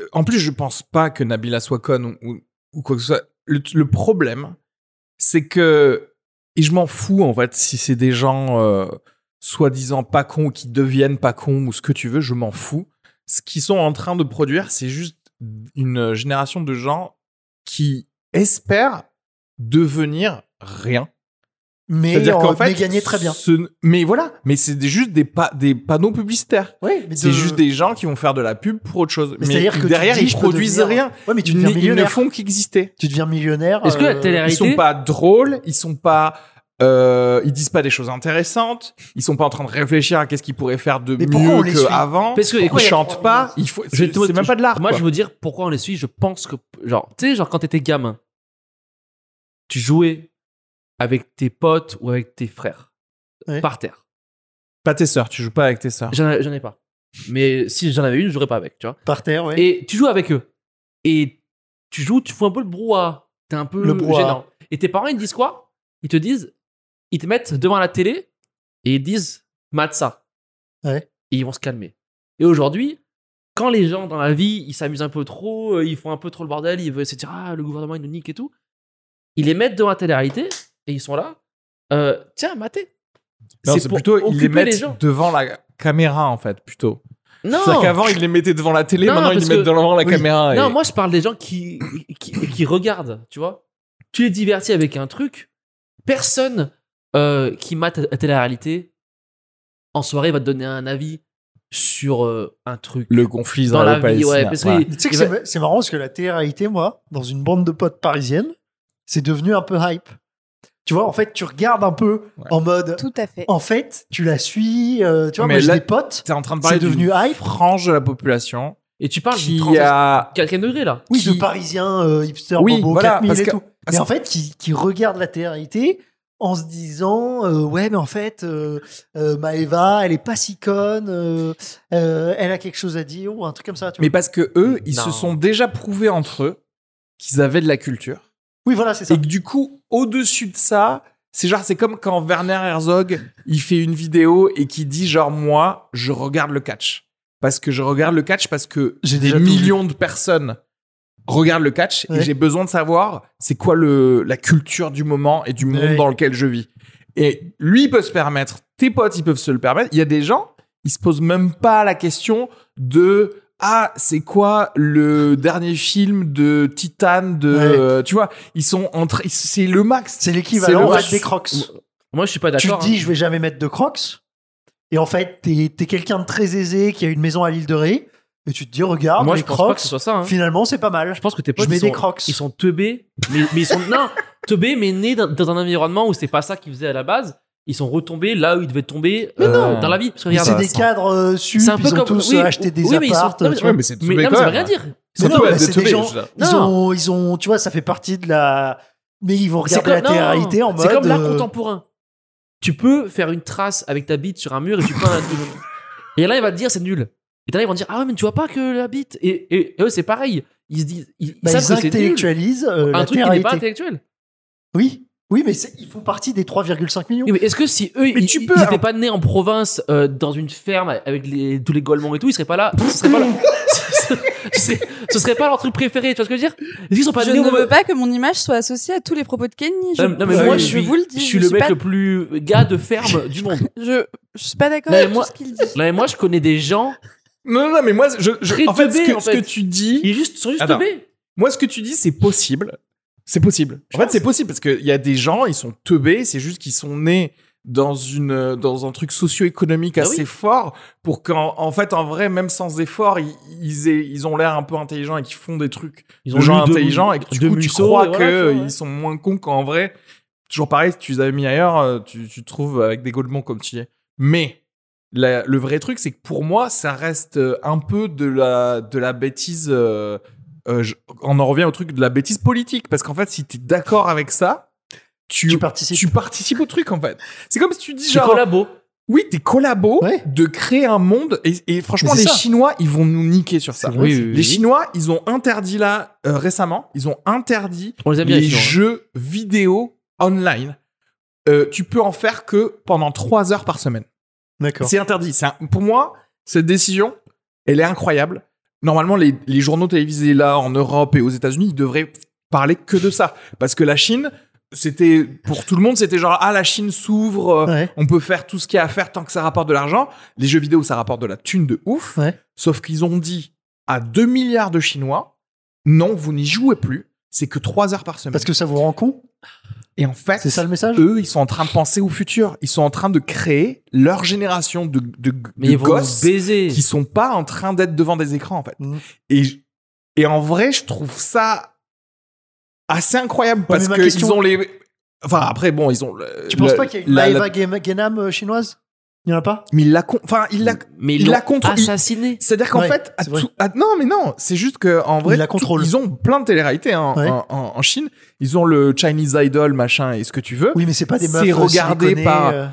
Speaker 1: euh, en plus, je pense pas que Nabila soit conne ou, ou- ou quoi que ce soit. Le, le problème, c'est que. Et je m'en fous, en fait, si c'est des gens euh, soi-disant pas cons ou qui deviennent pas cons ou ce que tu veux, je m'en fous. Ce qu'ils sont en train de produire, c'est juste une génération de gens qui espèrent devenir rien.
Speaker 3: Mais
Speaker 1: C'est-à-dire
Speaker 3: en,
Speaker 1: qu'en fait.
Speaker 3: mais gagner très bien.
Speaker 1: ce- mais voilà, mais c'est des- juste des, pa- des panneaux publicitaires.
Speaker 3: Oui, mais
Speaker 1: C'est
Speaker 3: de-
Speaker 1: juste des gens qui vont faire de la pub pour autre chose.
Speaker 3: Mais
Speaker 1: Mais,
Speaker 3: c'est-à-dire que tu
Speaker 1: derrière,
Speaker 3: dis, je
Speaker 1: ils
Speaker 3: peux
Speaker 1: produisent
Speaker 3: devenir-
Speaker 1: rien.
Speaker 3: Ouais, mais tu
Speaker 1: Ils,
Speaker 3: deviens
Speaker 1: ne- ils ne
Speaker 3: millionnaire.
Speaker 1: font qu'exister.
Speaker 3: Tu deviens millionnaire.
Speaker 2: Est-ce que la
Speaker 3: euh,
Speaker 2: télé-
Speaker 1: Ils
Speaker 2: Réalité
Speaker 1: sont pas drôles, ils sont pas. Euh, ils disent pas des choses intéressantes, ils sont pas en train de réfléchir à qu'est-ce qu'ils pourraient faire de
Speaker 3: Mais pourquoi on
Speaker 1: mieux
Speaker 3: les suit
Speaker 1: qu'avant.
Speaker 2: Parce que,
Speaker 1: Ils
Speaker 2: écoute,
Speaker 1: chantent pas, il faut.
Speaker 2: Je vais
Speaker 1: C'est
Speaker 2: te-
Speaker 1: c'est même pas de l'art.
Speaker 2: Moi,
Speaker 1: quoi.
Speaker 2: je veux dire pourquoi on les suit. Je pense que, genre, tu sais, genre quand t'étais gamin, tu jouais avec tes potes ou avec tes frères
Speaker 3: Ouais.
Speaker 2: par terre.
Speaker 1: Pas tes sœurs, tu joues pas avec tes sœurs.
Speaker 2: J'en ai j'en ai pas. Mais si j'en avais une, je jouerais pas avec, tu vois.
Speaker 3: par terre, ouais.
Speaker 2: Et tu joues avec eux. Et tu joues, tu fais un peu le brouhaha. T'es un peu
Speaker 3: Le brouhaha.
Speaker 2: gênant. Et tes parents, ils te disent quoi Ils te disent, ils te mettent devant la télé et ils disent, mate ça.
Speaker 3: Ouais.
Speaker 2: Et ils vont se calmer. Et aujourd'hui, quand les gens dans la vie, ils s'amusent un peu trop, euh, ils font un peu trop le bordel, ils veulent se dire, ah, le gouvernement, il nous nique et tout, ils les mettent devant la télé-réalité et ils sont là, euh, tiens, maté.
Speaker 1: Non, c'est
Speaker 2: pour
Speaker 1: plutôt ils les
Speaker 2: occuper
Speaker 1: mettent
Speaker 2: gens.
Speaker 1: devant la caméra en fait, plutôt.
Speaker 2: Non,
Speaker 1: C'est-à-dire qu'avant ils les mettaient devant la télé,
Speaker 2: Non,
Speaker 1: maintenant ils les
Speaker 2: parce
Speaker 1: mettent
Speaker 2: que-
Speaker 1: devant la
Speaker 3: Oui.
Speaker 1: caméra.
Speaker 2: Non,
Speaker 1: Ah, et-
Speaker 2: moi je parle des gens qui, qui, qui regardent, tu vois. Tu les divertis avec un truc. Personne euh, qui mate à télé-réalité en soirée va te donner un avis sur euh, un truc.
Speaker 1: Le conflit
Speaker 2: dans la vie,
Speaker 1: israélo-palestinien,
Speaker 2: ouais. Parce
Speaker 1: voilà.
Speaker 2: que
Speaker 3: Tu sais que
Speaker 2: il
Speaker 3: c'est
Speaker 2: va-
Speaker 1: bah
Speaker 3: ma- c'est marrant parce que la télé-réalité, moi, dans une bande de potes parisiennes, c'est devenu un peu hype. Tu vois, en fait, tu regardes un peu
Speaker 1: Ouais.
Speaker 3: en mode.
Speaker 4: Tout à fait.
Speaker 3: En fait, tu la suis. euh, tu vois,
Speaker 1: Mais
Speaker 3: moi, j'ai
Speaker 1: là-
Speaker 3: des potes.
Speaker 1: T'es en train de parler
Speaker 3: C'est devenu
Speaker 1: d'une
Speaker 3: hype.
Speaker 1: frange de la population
Speaker 2: Et tu parles du
Speaker 1: qui
Speaker 2: 30
Speaker 1: a
Speaker 2: 45 degrés là.
Speaker 3: Oui,
Speaker 1: qui-
Speaker 3: de Parisiens, euh, hipsters,
Speaker 1: Oui,
Speaker 3: bobos,
Speaker 1: voilà,
Speaker 3: 4000
Speaker 1: parce
Speaker 3: et
Speaker 1: que-
Speaker 3: tout.
Speaker 1: parce
Speaker 3: Mais
Speaker 1: que-
Speaker 3: en fait, qui, qui regardent la télé-réalité en se disant euh, ouais mais en fait euh, euh, Maëva elle est pas si conne euh, euh, elle a quelque chose à dire ou un truc comme ça tu vois.
Speaker 1: Mais parce que eux, ils
Speaker 2: Non.
Speaker 1: se sont déjà prouvés entre eux qu'ils avaient de la culture.
Speaker 3: oui voilà c'est ça
Speaker 1: Et que du coup, au-dessus de ça, c'est genre, c'est comme quand Werner Herzog, il fait une vidéo et qui dit genre, moi, je regarde le catch. Parce que je regarde le catch parce que
Speaker 3: J'ai
Speaker 1: des
Speaker 3: déjà tout
Speaker 1: millions de personnes regardent le catch
Speaker 3: Ouais.
Speaker 1: et j'ai besoin de savoir c'est quoi le, la culture du moment et du monde
Speaker 3: Ouais.
Speaker 1: dans lequel je vis. Et lui il peut se permettre, tes potes ils peuvent se le permettre. Il y a des gens, ils se posent même pas la question de ah c'est quoi le dernier film de Titan de
Speaker 3: Ouais.
Speaker 1: euh, tu vois ils sont entre c'est le max.
Speaker 3: c'est
Speaker 1: c'est
Speaker 3: l'équivalent
Speaker 1: le-
Speaker 3: à des crocs
Speaker 2: Moi je suis pas
Speaker 3: tu
Speaker 2: d'accord. hein.
Speaker 3: te dis je vais jamais mettre de crocs et en fait t'es es, quelqu'un de très aisé qui a une maison à l'île de Ré et tu te dis
Speaker 2: hein.
Speaker 3: regarde
Speaker 2: Moi
Speaker 3: les
Speaker 2: je pense pas
Speaker 3: crocs
Speaker 2: que ce soit ça. hein.
Speaker 3: finalement c'est pas mal
Speaker 2: Je pense que tes potes
Speaker 3: mets
Speaker 2: ils
Speaker 3: des
Speaker 2: sont,
Speaker 3: crocs.
Speaker 2: ils sont teubés, mais, mais ils sont non teubés mais nés dans, dans un environnement où c'est pas ça qu'ils faisaient à la base. Ils sont retombés là où ils devaient tomber
Speaker 1: Mais
Speaker 2: euh,
Speaker 1: non.
Speaker 2: dans la vie. Parce que
Speaker 3: Mais
Speaker 2: regarde,
Speaker 3: c'est des cadres euh, sup
Speaker 2: C'est un peu
Speaker 3: ils ont
Speaker 2: comme-
Speaker 3: tous
Speaker 2: oui,
Speaker 3: euh, acheté des
Speaker 2: oui, mais ils sont-
Speaker 3: apparts
Speaker 2: non, mais-
Speaker 3: tu vois.
Speaker 1: Ouais, mais c'est
Speaker 2: Mais, non, mais ça veut rien dire.
Speaker 3: Mais non,
Speaker 1: Surtout,
Speaker 3: mais
Speaker 1: ouais,
Speaker 3: c'est
Speaker 1: de
Speaker 3: des
Speaker 1: teubé,
Speaker 3: gens,
Speaker 1: je veux dire.
Speaker 3: ils
Speaker 2: Non.
Speaker 3: ont, ils ont, tu vois, ça fait partie de la. Mais ils vont
Speaker 2: C'est
Speaker 3: regarder
Speaker 2: comme,
Speaker 3: la télé-réalité
Speaker 2: non,
Speaker 3: en mode.
Speaker 2: c'est comme l'art
Speaker 3: euh,
Speaker 2: contemporain. tu peux faire une trace avec ta bite sur un mur et tu peins un truc. Et là, il va te dire c'est nul. Et là, ils vont dire ah ouais, mais tu vois pas que la bite. Et, et- et eux, c'est pareil. Ils se disent, ils, ils
Speaker 3: Bah,
Speaker 2: savent que
Speaker 3: ils
Speaker 2: c'est nul.
Speaker 3: intellectualisent euh,
Speaker 2: Un
Speaker 3: la
Speaker 2: truc qui n'est pas
Speaker 3: télé-réalité.
Speaker 2: intellectuel.
Speaker 3: Oui, oui, mais c'est- ils font partie des 3,5 millions.
Speaker 2: Oui, mais est-ce que si eux,
Speaker 1: Mais
Speaker 2: ils
Speaker 1: tu
Speaker 2: ils-
Speaker 1: peux,
Speaker 2: ils
Speaker 1: alors.
Speaker 2: étaient pas nés en province, euh, dans une ferme, avec les, tous les golements et tout, ils seraient pas là Ce serait pas, leur... ce, ce- ce serait pas leur truc préféré, tu vois ce que je veux dire Est-ce qu'ils sont pas
Speaker 4: je
Speaker 2: nés
Speaker 4: ne
Speaker 2: au-
Speaker 4: veux pas que mon image soit associée à tous les propos de Kenny. Je,
Speaker 2: Non, non, mais
Speaker 4: je-
Speaker 2: moi,
Speaker 4: je
Speaker 2: je suis,
Speaker 4: vous le dis.
Speaker 2: je suis le mec
Speaker 4: pas,
Speaker 2: le plus gars de ferme du monde.
Speaker 4: je, je suis pas d'accord
Speaker 2: Non, mais
Speaker 4: avec
Speaker 2: moi-
Speaker 4: tout ce qu'il dit.
Speaker 2: Là, et moi, je connais des gens,
Speaker 1: Non, non, non, mais moi, je, je-
Speaker 2: Très
Speaker 1: en, fait,
Speaker 2: teubé,
Speaker 1: ce que,
Speaker 2: en
Speaker 1: ce
Speaker 2: fait.
Speaker 1: que tu dis,
Speaker 2: ils juste, sont juste
Speaker 1: Attends.
Speaker 2: teubés.
Speaker 1: moi, ce que tu dis, c'est possible. C'est possible. En fait, c'est possible parce qu'il y a des gens, ils sont teubés, c'est juste qu'ils sont nés dans une dans un truc socio-économique
Speaker 2: Ah
Speaker 1: assez
Speaker 2: oui.
Speaker 1: fort pour qu'en en fait en vrai même sans effort ils ils, aient- ils ont l'air un peu intelligents et qu'ils font des trucs
Speaker 2: Ils
Speaker 1: de gens
Speaker 2: lu deux-
Speaker 1: intelligents et que du
Speaker 2: deux
Speaker 1: coup, tu
Speaker 2: Musso,
Speaker 1: crois
Speaker 2: et
Speaker 1: qu'ils
Speaker 2: voilà, tu vois, ouais.
Speaker 1: sont moins cons qu'en vrai toujours pareil si tu les avais mis ailleurs euh, tu, tu te trouves avec des golemons comme tu y es mais la- le vrai truc c'est que pour moi ça reste euh, un peu de la de la bêtise euh, euh, je- on en revient au truc de la bêtise politique parce qu'en fait si tu es d'accord avec ça tu,
Speaker 3: Tu participes.
Speaker 1: tu participes au truc en fait c'est comme si tu dis
Speaker 2: Tu
Speaker 1: genre
Speaker 2: collabos.
Speaker 1: oui t'es collabo
Speaker 3: Ouais.
Speaker 1: de créer un monde et, et franchement
Speaker 3: Mais c'est
Speaker 1: les
Speaker 3: ça.
Speaker 1: chinois ils vont nous niquer sur ça
Speaker 3: C'est vrai,
Speaker 2: Oui,
Speaker 3: c'est-
Speaker 2: oui, oui.
Speaker 1: les Chinois, ils ont interdit là euh, récemment, ils ont interdit
Speaker 2: On les aime bien,
Speaker 1: les
Speaker 2: les Chinois, hein.
Speaker 1: jeux vidéo online. Euh, tu peux en faire que pendant 3 heures par semaine.
Speaker 3: D'accord.
Speaker 1: C'est interdit. C'est un- pour moi, cette décision, elle est incroyable. Normalement, les, les journaux télévisés là en Europe et aux États-Unis, ils devraient parler que de ça, parce que la Chine, c'était pour tout le monde, c'était genre ah la Chine s'ouvre, euh,
Speaker 3: Ouais.
Speaker 1: on peut faire tout ce qu'il y a à faire tant que ça rapporte de l'argent. Les jeux vidéo, ça rapporte de la thune de ouf.
Speaker 3: Ouais.
Speaker 1: Sauf qu'ils ont dit à 2 milliards de Chinois, non, vous n'y jouez plus. C'est que 3 heures par semaine.
Speaker 3: Parce que ça vous rend con
Speaker 1: Et en fait,
Speaker 3: C'est ça le message
Speaker 1: eux, ils sont en train de penser au futur. Ils sont en train de créer leur génération de, de, de
Speaker 2: Mais ils vont nous
Speaker 1: gosses
Speaker 2: baiser.
Speaker 1: qui sont pas en train d'être devant des écrans, en fait.
Speaker 3: Mhm.
Speaker 1: Et, je- et en vrai, je trouve ça assez incroyable parce
Speaker 3: mais ma
Speaker 1: que
Speaker 3: question-
Speaker 1: ils ont les... Enfin, après, bon, ils ont... le-
Speaker 3: Tu penses
Speaker 1: le-
Speaker 3: pas qu'il y a une
Speaker 1: la- la-
Speaker 3: Maeva Guen- Guénam euh, chinoise Il n'y en a pas
Speaker 1: Mais il la... con- Enfin, il
Speaker 3: Mm.
Speaker 1: la...
Speaker 2: Mais
Speaker 1: il
Speaker 2: ils
Speaker 1: la
Speaker 2: l'ont
Speaker 1: contre- il-
Speaker 2: assassiné.
Speaker 1: C'est-à-dire qu'en
Speaker 3: Ouais,
Speaker 1: fait, à
Speaker 3: c'est vrai.
Speaker 1: tout- à- non, mais non, c'est juste que en vrai,
Speaker 3: Ils la
Speaker 1: tout-
Speaker 3: contrôlent.
Speaker 1: ils ont plein de télé-réalités hein,
Speaker 3: Ouais.
Speaker 1: en, en- en Chine. Ils ont le Chinese Idol, machin, et ce que tu veux.
Speaker 3: Oui, mais c'est pas des meufs.
Speaker 1: C'est
Speaker 3: euh,
Speaker 1: regardé
Speaker 3: siliconées,
Speaker 1: par-
Speaker 3: euh,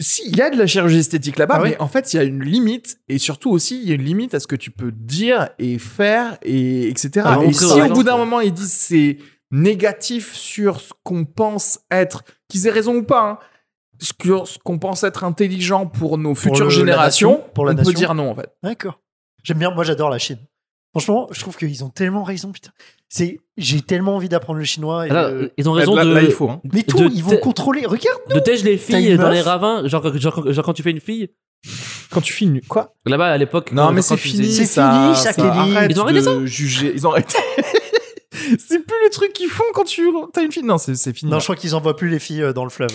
Speaker 1: Si, il y a de la chirurgie esthétique là-bas,
Speaker 3: Ah ouais
Speaker 1: mais en fait, il y a une limite, et surtout aussi, il y a une limite à ce que tu peux dire et faire, et etc.
Speaker 2: Ah,
Speaker 1: et
Speaker 2: montrer
Speaker 1: si
Speaker 2: aux
Speaker 1: au
Speaker 2: gens,
Speaker 1: bout d'un
Speaker 2: quoi.
Speaker 1: moment, ils disent c'est négatif sur ce qu'on pense être, qu'ils aient raison ou pas, hein, sur ce qu'on pense être intelligent pour nos futures
Speaker 3: le- la
Speaker 1: générations,
Speaker 3: nation, pour la
Speaker 1: on peut
Speaker 3: nation.
Speaker 1: dire non, en fait.
Speaker 3: D'accord. J'aime bien, moi j'adore la Chine. Franchement, je trouve qu'ils ont tellement raison, putain. C'est, j'ai tellement envie d'apprendre le chinois. et
Speaker 2: Là,
Speaker 1: euh,
Speaker 3: de-
Speaker 2: ils ont raison
Speaker 1: là,
Speaker 2: de,
Speaker 1: là, il faut. hein.
Speaker 3: Mais tout,
Speaker 2: de
Speaker 3: ils vont
Speaker 2: te-
Speaker 3: contrôler. Regarde,
Speaker 2: de tèche les filles
Speaker 3: une
Speaker 2: dans
Speaker 3: meuf
Speaker 2: les ravins. Genre, genre, genre quand tu fais une fille,
Speaker 1: Quand tu finis, quoi
Speaker 2: là-bas à l'époque.
Speaker 1: Non,
Speaker 2: quand-
Speaker 1: mais
Speaker 2: quand
Speaker 1: c'est
Speaker 2: tu
Speaker 1: fini.
Speaker 2: faisais-
Speaker 3: C'est
Speaker 1: ça-
Speaker 3: fini,
Speaker 1: ça-
Speaker 3: Jacqueline.
Speaker 1: arrête
Speaker 2: Ils ont arrêté
Speaker 1: de
Speaker 2: ça
Speaker 1: juger. Ils ont arrêté. c'est plus le truc qu'ils font quand tu as une fille. Non, c'est c'est fini.
Speaker 3: Non, je crois qu'ils envoient plus les filles euh, dans le fleuve.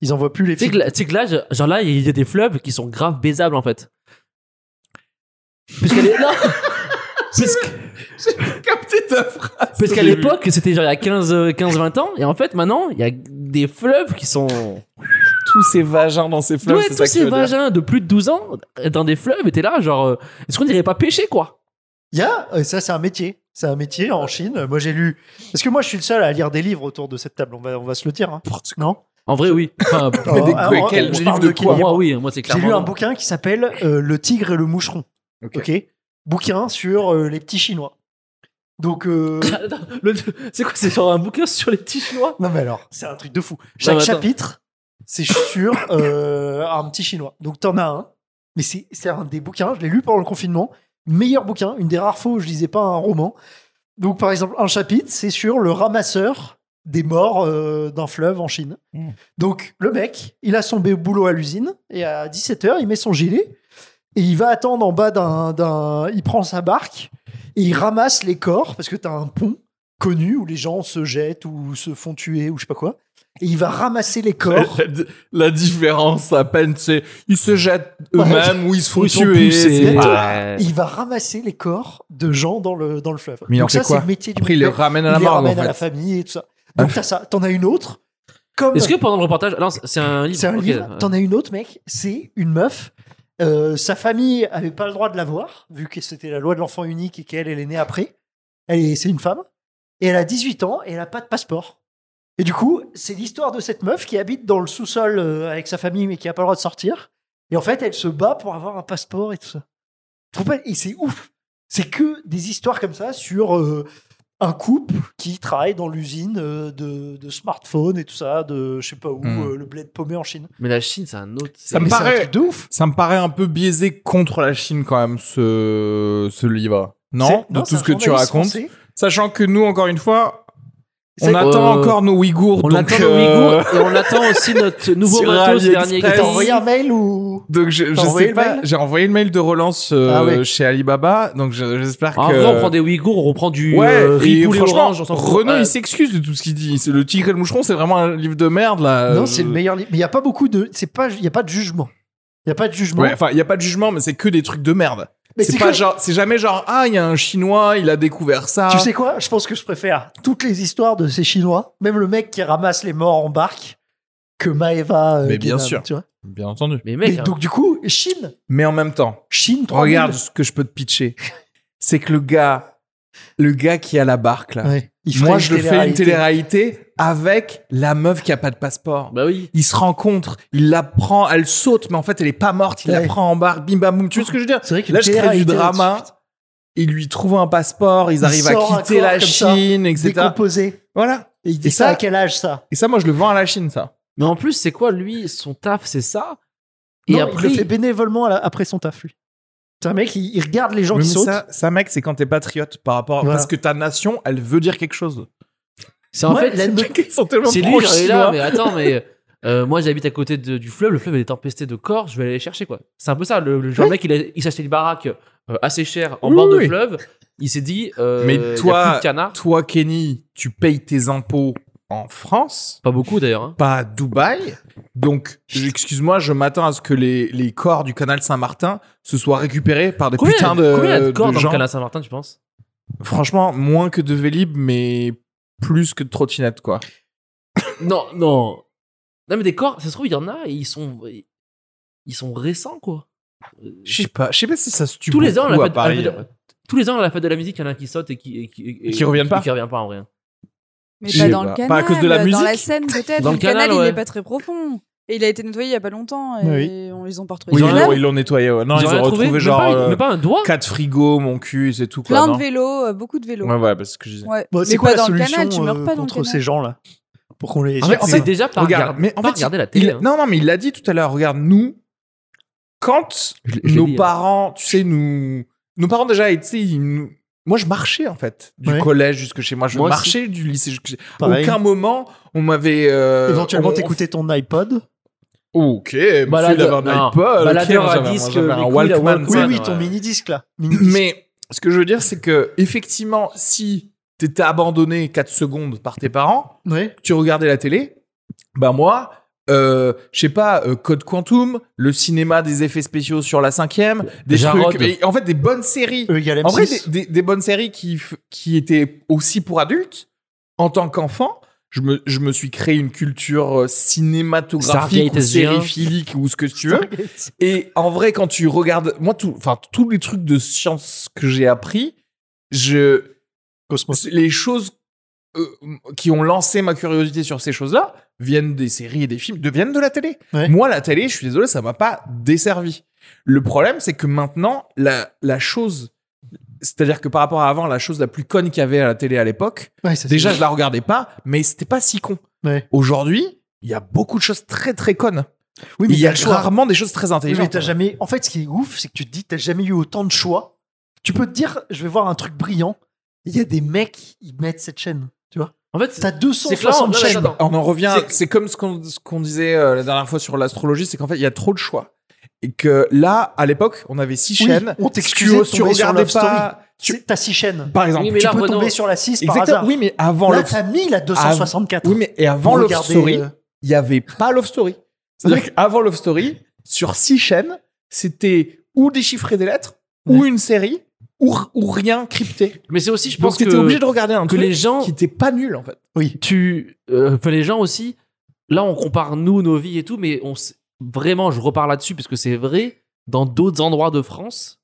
Speaker 3: Ils envoient plus les
Speaker 2: Tu sais
Speaker 3: filles.
Speaker 2: que là- tu sais que là, je- genre là, il y a des fleuves qui sont grave baisables en fait. Parce qu'à l'é- non, parce que-
Speaker 1: capté ta phrase.
Speaker 2: parce
Speaker 1: au
Speaker 2: qu'à
Speaker 1: début.
Speaker 2: l'époque, c'était genre il y a 15-20 ans, et en fait maintenant, il y a des fleuves qui sont.
Speaker 1: tous ces vagins dans ces fleurs,
Speaker 2: ouais,
Speaker 1: c'est
Speaker 2: tous
Speaker 1: ça que tu
Speaker 2: ces
Speaker 1: veux dire.
Speaker 2: vagins de plus de 12 ans dans des fleuves, et t'es là, genre, euh, est-ce qu'on dirait pas pêcher quoi
Speaker 3: Il y a, euh, ça c'est un métier. C'est un métier en Chine. Euh, Moi j'ai lu. Parce que moi je suis le seul à lire des livres autour de cette table. On va, on va se le dire. hein. Non
Speaker 2: En vrai, oui. Enfin,
Speaker 3: Oh,
Speaker 1: des-
Speaker 3: ah,
Speaker 1: quel-
Speaker 3: on-
Speaker 1: quel
Speaker 3: on
Speaker 1: livre
Speaker 3: parle
Speaker 1: de
Speaker 3: quel
Speaker 1: quoi
Speaker 3: livre
Speaker 2: moi, oui, moi c'est
Speaker 3: J'ai
Speaker 2: clairement.
Speaker 3: lu un
Speaker 2: non.
Speaker 3: bouquin qui s'appelle euh, Le tigre et le moucheron.
Speaker 1: Ok.
Speaker 3: Ok. Bouquin sur euh, les petits chinois. Donc. euh,
Speaker 2: Attends, le- C'est quoi C'est genre un bouquin sur les petits chinois
Speaker 3: Non mais alors, c'est un truc de fou. Chaque
Speaker 2: mais attends.
Speaker 3: chapitre, c'est sur euh, un petit chinois. Donc t'en as un, mais c'est c'est un des bouquins, je l'ai lu pendant le confinement, meilleur bouquin, une des rares fois où je lisais pas un roman. Donc par exemple, un chapitre, c'est sur le ramasseur des morts euh, d'un fleuve en Chine.
Speaker 1: Mm.
Speaker 3: Donc le mec, il a son bé- boulot à l'usine, et à 17h, il met son gilet, et il va attendre en bas d'un... d'un- Il prend sa barque, et il ramasse les corps, parce que t'as un pont connu où les gens se jettent ou se font tuer ou je sais pas quoi. Et il va ramasser les corps.
Speaker 1: La, la différence à peine, c'est ils se jettent
Speaker 3: Ouais.
Speaker 1: eux-mêmes ou ils se font
Speaker 2: Ils sont
Speaker 1: tuer.
Speaker 2: poussés.
Speaker 1: c'est-
Speaker 3: Ouais.
Speaker 1: Ah.
Speaker 3: il va ramasser les corps de gens dans le, dans le fleuve.
Speaker 1: Mais il en
Speaker 3: Donc
Speaker 1: fait
Speaker 3: ça,
Speaker 1: quoi
Speaker 3: c'est le métier du
Speaker 1: Après, ils les
Speaker 3: mec.
Speaker 1: ramènent
Speaker 3: Il
Speaker 1: à la
Speaker 3: les
Speaker 1: mort,
Speaker 3: ramène
Speaker 1: en
Speaker 3: à la
Speaker 1: fait. Ah.
Speaker 3: famille et tout ça. Donc t'as ça. T'en as une autre. Comme
Speaker 2: Est-ce que pendant le reportage. Non, c'est un livre.
Speaker 3: c'est un
Speaker 2: ok.
Speaker 3: livre, t'en as une autre, mec. C'est une meuf. Euh, sa famille avait pas le droit de la voir, vu que c'était la loi de l'enfant unique et qu'elle elle est née après. Elle est, c'est une femme. Et elle a 18 ans et elle a pas de passeport. Et du coup, c'est l'histoire de cette meuf qui habite dans le sous-sol euh, avec sa famille mais qui n'a pas le droit de sortir. Et en fait, elle se bat pour avoir un passeport et tout ça. Tu trouves pas Et c'est ouf. C'est que des histoires comme ça sur euh, un couple qui travaille dans l'usine euh, de, de smartphones et tout ça, de je sais pas où,
Speaker 1: Mm.
Speaker 3: euh, le bled paumé en Chine.
Speaker 2: Mais la Chine, c'est un autre.
Speaker 1: Ça
Speaker 3: Mais
Speaker 1: me
Speaker 3: c'est un
Speaker 1: paraît-
Speaker 3: truc de ouf.
Speaker 1: Ça me paraît un peu biaisé contre la Chine quand même, ce, ce livre. Non,
Speaker 3: C'est-
Speaker 1: de
Speaker 3: c'est
Speaker 1: tout
Speaker 3: un
Speaker 1: ce que tu
Speaker 3: journaliste
Speaker 1: racontes.
Speaker 3: français.
Speaker 1: Sachant que nous, encore une fois, on
Speaker 3: C'est-
Speaker 1: attend
Speaker 2: Euh,
Speaker 1: encore nos Ouïghours.
Speaker 2: On
Speaker 1: donc,
Speaker 2: attend nos
Speaker 1: euh,
Speaker 2: Ouïghours et on attend aussi notre nouveau
Speaker 1: sur
Speaker 2: matos dernier
Speaker 1: AliExpress.
Speaker 3: Et T'as
Speaker 1: Vas-y.
Speaker 3: envoyé
Speaker 2: extrait.
Speaker 3: un mail ou
Speaker 1: Donc je, je
Speaker 3: T'as envoyé
Speaker 1: sais
Speaker 3: le
Speaker 1: pas,
Speaker 3: mail
Speaker 1: j'ai envoyé le mail de relance euh,
Speaker 3: Ah ouais.
Speaker 1: chez Alibaba, donc je- j'espère
Speaker 2: En
Speaker 1: que.
Speaker 2: vrai, Ah, on prend des Ouïghours, on reprend du
Speaker 1: Ouais,
Speaker 2: euh, riz
Speaker 1: et
Speaker 2: poulet
Speaker 1: franchement,
Speaker 2: orange, on s'en fout.
Speaker 1: Renaud
Speaker 2: Euh,
Speaker 1: il s'excuse de tout ce qu'il dit. C'est le tigre et le moucheron, c'est vraiment un livre de merde là.
Speaker 3: Non,
Speaker 1: Euh,
Speaker 3: c'est le meilleur livre. Mais il n'y a pas beaucoup de. C'est pas. Il y a pas de jugement. Il y a pas de jugement.
Speaker 1: Ouais, enfin, il y a pas de jugement, mais c'est que des trucs de merde.
Speaker 3: mais
Speaker 1: C'est
Speaker 3: c'est
Speaker 1: pas
Speaker 3: que-
Speaker 1: genre, c'est jamais genre ah il y a un chinois, il a découvert ça.
Speaker 3: Tu sais quoi Je pense que je préfère toutes les histoires de ces Chinois, même le mec qui ramasse les morts en barque, que Maeva. euh,
Speaker 1: Mais bien
Speaker 3: Guénin,
Speaker 1: sûr.
Speaker 3: tu vois.
Speaker 1: Bien entendu.
Speaker 2: Mais
Speaker 3: Mais
Speaker 2: mec, hein,
Speaker 3: donc du coup, Chine,
Speaker 1: Mais en même temps,
Speaker 3: Chine. 3000.
Speaker 1: regarde ce que je peux te pitcher, c'est que le gars, le gars qui a la barque là,
Speaker 3: Ouais, il ferait
Speaker 1: moi
Speaker 3: une
Speaker 1: je le fais une
Speaker 3: télé-réalité.
Speaker 1: télé-réalité avec la meuf qui a pas de passeport.
Speaker 2: bah oui.
Speaker 1: Ils se rencontrent, il la prend, elle saute, mais en fait elle est pas morte, il la
Speaker 3: Ouais.
Speaker 1: prend en barre, bim bam boum. Tu vois ce que je veux dire
Speaker 3: C'est vrai que
Speaker 1: Là, je crée du drama.
Speaker 3: là-dessus,
Speaker 1: Ils lui trouvent un passeport, ils
Speaker 3: Il
Speaker 1: arrivent à
Speaker 3: sort un
Speaker 1: quitter
Speaker 3: corps
Speaker 1: la
Speaker 3: comme ça,
Speaker 1: Chine,
Speaker 3: putain,
Speaker 1: etc.
Speaker 3: Décomposé.
Speaker 1: Voilà.
Speaker 3: Et il dit
Speaker 1: Et
Speaker 3: ça,
Speaker 1: ça-
Speaker 3: à quel âge ça
Speaker 1: Et ça, moi, je le vends à la Chine, ça.
Speaker 2: Mais en plus, c'est quoi lui Son taf, c'est ça. Et
Speaker 3: Non,
Speaker 2: après,
Speaker 3: il le fait bénévolement à la- après son taf, lui. C'est un mec, il, il regarde les gens
Speaker 1: Oui,
Speaker 3: qui
Speaker 1: mais
Speaker 3: sautent.
Speaker 1: ça, ça, mec, c'est quand t'es patriote par rapport. à-
Speaker 3: Voilà.
Speaker 1: Parce que ta nation, elle veut dire quelque chose.
Speaker 2: c'est en
Speaker 3: Ouais,
Speaker 2: fait,
Speaker 3: la-
Speaker 1: Ils sont tellement
Speaker 2: c'est lui.
Speaker 1: pro
Speaker 2: genre, il est
Speaker 1: chinois.
Speaker 2: là, mais attends, mais euh, moi j'habite à côté de- du fleuve. Le fleuve il est tempesté de corps. Je vais aller les chercher quoi. C'est un peu ça. Le, le genre
Speaker 3: Oui.
Speaker 2: mec, il, a- il s'est acheté une baraque euh, assez chère en
Speaker 1: Oui,
Speaker 2: bord de
Speaker 1: oui.
Speaker 2: fleuve. Il s'est dit. euh,
Speaker 1: Mais
Speaker 2: y a
Speaker 1: toi-
Speaker 2: plus de canard.
Speaker 1: Toi, Kenny, tu payes tes impôts en France,
Speaker 2: Pas beaucoup d'ailleurs. hein.
Speaker 1: pas à Dubaï. Donc, j- excuse-moi, je m'attends à ce que les, les corps du canal Saint-Martin se soient récupérés par des
Speaker 2: Combien,
Speaker 1: putains de,
Speaker 2: combien il y a de corps
Speaker 1: de
Speaker 2: dans
Speaker 1: gens.
Speaker 2: le canal Saint-Martin, tu penses
Speaker 1: Franchement, moins que de Vélib, mais plus que de trottinette, quoi.
Speaker 2: Non, non. Non, mais des corps, ça se trouve, il y en a, et ils sont, ils sont récents, quoi. Euh,
Speaker 1: Je sais pas, je sais pas si ça se tue
Speaker 2: tous les ans, à la
Speaker 1: beaucoup à
Speaker 2: fête- à la
Speaker 1: Paris.
Speaker 2: fête- tous les ans, à la fête de la musique, il y en a un qui saute et qui. Et qui, et-
Speaker 1: Et qui reviennent pas
Speaker 2: Qui revient pas en rien.
Speaker 4: Mais
Speaker 1: Je
Speaker 4: pas
Speaker 1: sais
Speaker 4: dans le
Speaker 1: pas.
Speaker 4: canal.
Speaker 1: Pas à cause de la
Speaker 4: Dans la
Speaker 1: musique
Speaker 4: scène, peut-être.
Speaker 2: Dans le
Speaker 4: le canal,
Speaker 2: canal,
Speaker 4: il
Speaker 2: ouais.
Speaker 4: n'est pas très profond. Et il a été nettoyé il y a pas longtemps. Et on, ils ont pas retrouvé
Speaker 1: Oui,
Speaker 4: le
Speaker 1: ils
Speaker 2: ont-
Speaker 4: canal.
Speaker 1: l'ont- ils l'ont nettoyé. ouais. Non, ils,
Speaker 2: rien
Speaker 1: ont retrouvé
Speaker 2: même
Speaker 1: genre
Speaker 2: pas une-
Speaker 1: euh,
Speaker 2: même pas un doigt.
Speaker 1: quatre frigos, mon cul, c'est tout. Quoi,
Speaker 4: Plein
Speaker 1: non
Speaker 4: de vélos, euh, beaucoup de vélos.
Speaker 1: Ouais, ouais, parce que je disais.
Speaker 4: Ouais.
Speaker 3: Bon,
Speaker 4: Mais
Speaker 3: c'est quoi
Speaker 4: pas
Speaker 3: la
Speaker 4: dans le
Speaker 3: solution
Speaker 4: canal, tu meurs
Speaker 3: euh,
Speaker 4: pas dans le
Speaker 3: contre
Speaker 4: canal.
Speaker 3: ces gens-là Pour qu'on les.
Speaker 1: En fait, en
Speaker 2: C'est
Speaker 1: fait,
Speaker 2: déjà pas
Speaker 1: regarde,
Speaker 2: regarde,
Speaker 1: mais en
Speaker 2: pas
Speaker 1: fait,
Speaker 2: regarder la
Speaker 1: Il-
Speaker 2: télé. hein.
Speaker 1: Non, non, mais il l'a dit tout à l'heure. Regarde, nous, quand
Speaker 2: Je l'ai- je l'ai
Speaker 1: nos
Speaker 2: dit, hein.
Speaker 1: parents, tu sais, nous, nos parents déjà, tu sais, ils nous- moi, je marchais en fait du
Speaker 3: Ouais.
Speaker 1: collège jusque chez moi. Je
Speaker 2: Moi aussi.
Speaker 1: marchais du lycée. Jusque chez... À
Speaker 3: Pareil.
Speaker 1: aucun moment, on m'avait euh,
Speaker 3: Éventuellement,
Speaker 1: on-
Speaker 3: t'écoutais ton iPod.
Speaker 1: Oh, Ok, monsieur,
Speaker 2: Balade-
Speaker 1: il avait un
Speaker 2: non,
Speaker 1: iPod, ok,
Speaker 2: baladeur
Speaker 1: moi,
Speaker 2: à
Speaker 1: j'avais un-
Speaker 2: disque,
Speaker 1: j'avais
Speaker 2: les
Speaker 1: un
Speaker 2: couilles, la
Speaker 1: Walkman.
Speaker 2: Walkman.
Speaker 1: tu
Speaker 3: Oui,
Speaker 1: sais.
Speaker 3: oui,
Speaker 2: ouais.
Speaker 3: ton mini disque là. Mini-disque.
Speaker 1: Mais ce que je veux dire, c'est que effectivement, si t'étais abandonné 4 secondes par tes parents,
Speaker 3: Ouais.
Speaker 1: tu regardais la télé, bah moi, euh, je sais pas, euh, Code Quantum, le cinéma des effets spéciaux sur la cinquième, des
Speaker 2: Jarod.
Speaker 1: trucs, mais en fait des bonnes séries.
Speaker 3: E égale
Speaker 1: En vrai,
Speaker 3: M6.
Speaker 1: des, des- des bonnes séries qui, f- qui étaient aussi pour adultes. En tant qu'enfant, je me, je me suis créé une culture euh, cinématographique
Speaker 2: Stargate
Speaker 1: ou
Speaker 2: SG1.
Speaker 1: sériphilique ou ce que tu veux. Et en vrai, quand tu regardes, moi, tout, enfin, tous les trucs de science que j'ai appris, je,
Speaker 3: Cosmos.
Speaker 1: les choses euh, qui ont lancé ma curiosité sur ces choses-là viennent des séries et des films, deviennent de la télé.
Speaker 3: Ouais.
Speaker 1: Moi, la télé, je suis désolé, ça m'a pas desservi. Le problème, c'est que maintenant, la, la chose, c'est-à-dire que par rapport à avant, la chose la plus conne qu'il y avait à la télé à l'époque,
Speaker 3: Ouais, ça, c'est-
Speaker 1: déjà, je la regardais pas, mais c'était pas si con.
Speaker 3: Ouais.
Speaker 1: Aujourd'hui, il y a beaucoup de choses très très connes.
Speaker 3: Oui,
Speaker 1: il y a
Speaker 3: t'as le choix.
Speaker 1: rarement des choses très
Speaker 3: Oui, mais
Speaker 1: intelligentes.
Speaker 3: t'as jamais. En fait, ce qui est ouf, c'est que tu te dis, t'as jamais eu autant de choix. Tu peux te dire, je vais voir un truc brillant. Il y a des mecs, ils mettent cette chaîne. Tu vois
Speaker 2: En fait,
Speaker 3: T'as
Speaker 2: c'est clair, non,
Speaker 3: 260
Speaker 2: mais
Speaker 3: chaînes.
Speaker 2: attends.
Speaker 1: On en revient.
Speaker 2: C'est-
Speaker 1: C'est comme ce qu'on ce qu'on disait euh, la dernière fois sur l'astrologie, c'est qu'en fait il y a trop de choix et que là, à l'époque, on avait six
Speaker 3: Oui,
Speaker 1: chaînes.
Speaker 3: on
Speaker 1: Tu-
Speaker 3: t'excusait de
Speaker 1: tu
Speaker 3: tomber sur
Speaker 1: regardais
Speaker 3: Love Story.
Speaker 1: pas- tu-
Speaker 3: C'est- T'as 6 chaînes.
Speaker 1: Par exemple,
Speaker 2: Oui, mais
Speaker 3: tu
Speaker 2: là,
Speaker 3: peux
Speaker 2: Renaud-
Speaker 3: tomber sur la 6 par
Speaker 1: exactement.
Speaker 3: hasard.
Speaker 1: Oui, mais avant
Speaker 3: Là,
Speaker 1: Love
Speaker 3: t'as mis la 264.
Speaker 1: Oui, mais et avant
Speaker 3: Pour
Speaker 1: Love
Speaker 3: regarder,
Speaker 1: Story,
Speaker 3: euh,
Speaker 1: il n'y avait pas Love Story. C'est-à-dire qu'avant Love Story, sur six chaînes, c'était ou déchiffrer des lettres, ou une série, ou, ou rien crypté.
Speaker 2: mais c'est aussi, je
Speaker 1: Donc
Speaker 2: pense que,
Speaker 1: t'étais obligé de regarder un
Speaker 2: que
Speaker 1: truc
Speaker 2: les gens,
Speaker 1: qui n'était pas nul en fait.
Speaker 3: Oui.
Speaker 2: tu, euh, enfin, les gens aussi. Là, on compare nous, nos vies et tout, mais on, s- vraiment, je repars là-dessus parce que c'est vrai. Dans d'autres endroits de France,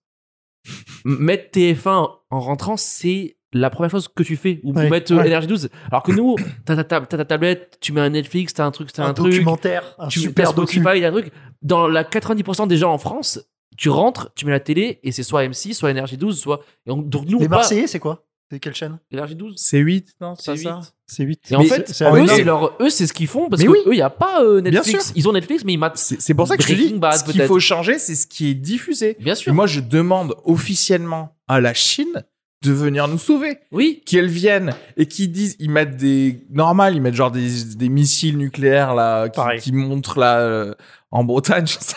Speaker 2: m- mettre TF1 en rentrant, c'est la première chose que tu fais ou ou
Speaker 3: Ouais,
Speaker 2: mettre
Speaker 3: ouais.
Speaker 2: énergie 12 alors que nous t'as ta, ta- t'as ta tablette tu mets un Netflix t'as un truc t'as un,
Speaker 3: un
Speaker 2: truc
Speaker 3: documentaire, un
Speaker 2: tu
Speaker 3: super
Speaker 2: perds
Speaker 3: docu.
Speaker 2: Spotify t'as un truc dans la 90% des gens en France tu rentres tu mets la télé et c'est soit M6 soit énergie 12 soit et on- donc nous
Speaker 3: Les
Speaker 2: on part
Speaker 3: Marseillais, c'est quoi C'est quelle chaîne
Speaker 2: énergie 12
Speaker 1: C'est 8, non
Speaker 2: c'est
Speaker 1: C'est ça
Speaker 2: huit.
Speaker 3: C'est 8.
Speaker 2: et en fait
Speaker 3: c'est
Speaker 2: eux
Speaker 1: énorme.
Speaker 2: c'est leur eux c'est ce qu'ils font parce
Speaker 1: Ah Mais
Speaker 2: que
Speaker 1: oui.
Speaker 2: eux il y a pas euh,
Speaker 1: Bien
Speaker 2: Netflix
Speaker 1: sûr.
Speaker 2: ils ont Netflix mais ils matent
Speaker 1: C'est c'est pour ça que je te dis,
Speaker 2: Breaking Bad,
Speaker 1: ce qu'il
Speaker 2: peut-être.
Speaker 1: faut changer, c'est ce qui est diffusé.
Speaker 2: bien
Speaker 1: Et
Speaker 2: sûr
Speaker 1: moi, je demande officiellement à la Chine de venir nous sauver.
Speaker 2: oui
Speaker 1: Qu'elles viennent et qu'ils disent, ils mettent des. Normal, ils mettent genre des, des missiles nucléaires là, qui,
Speaker 3: Pareil.
Speaker 1: qui montrent là euh, en Bretagne, je sais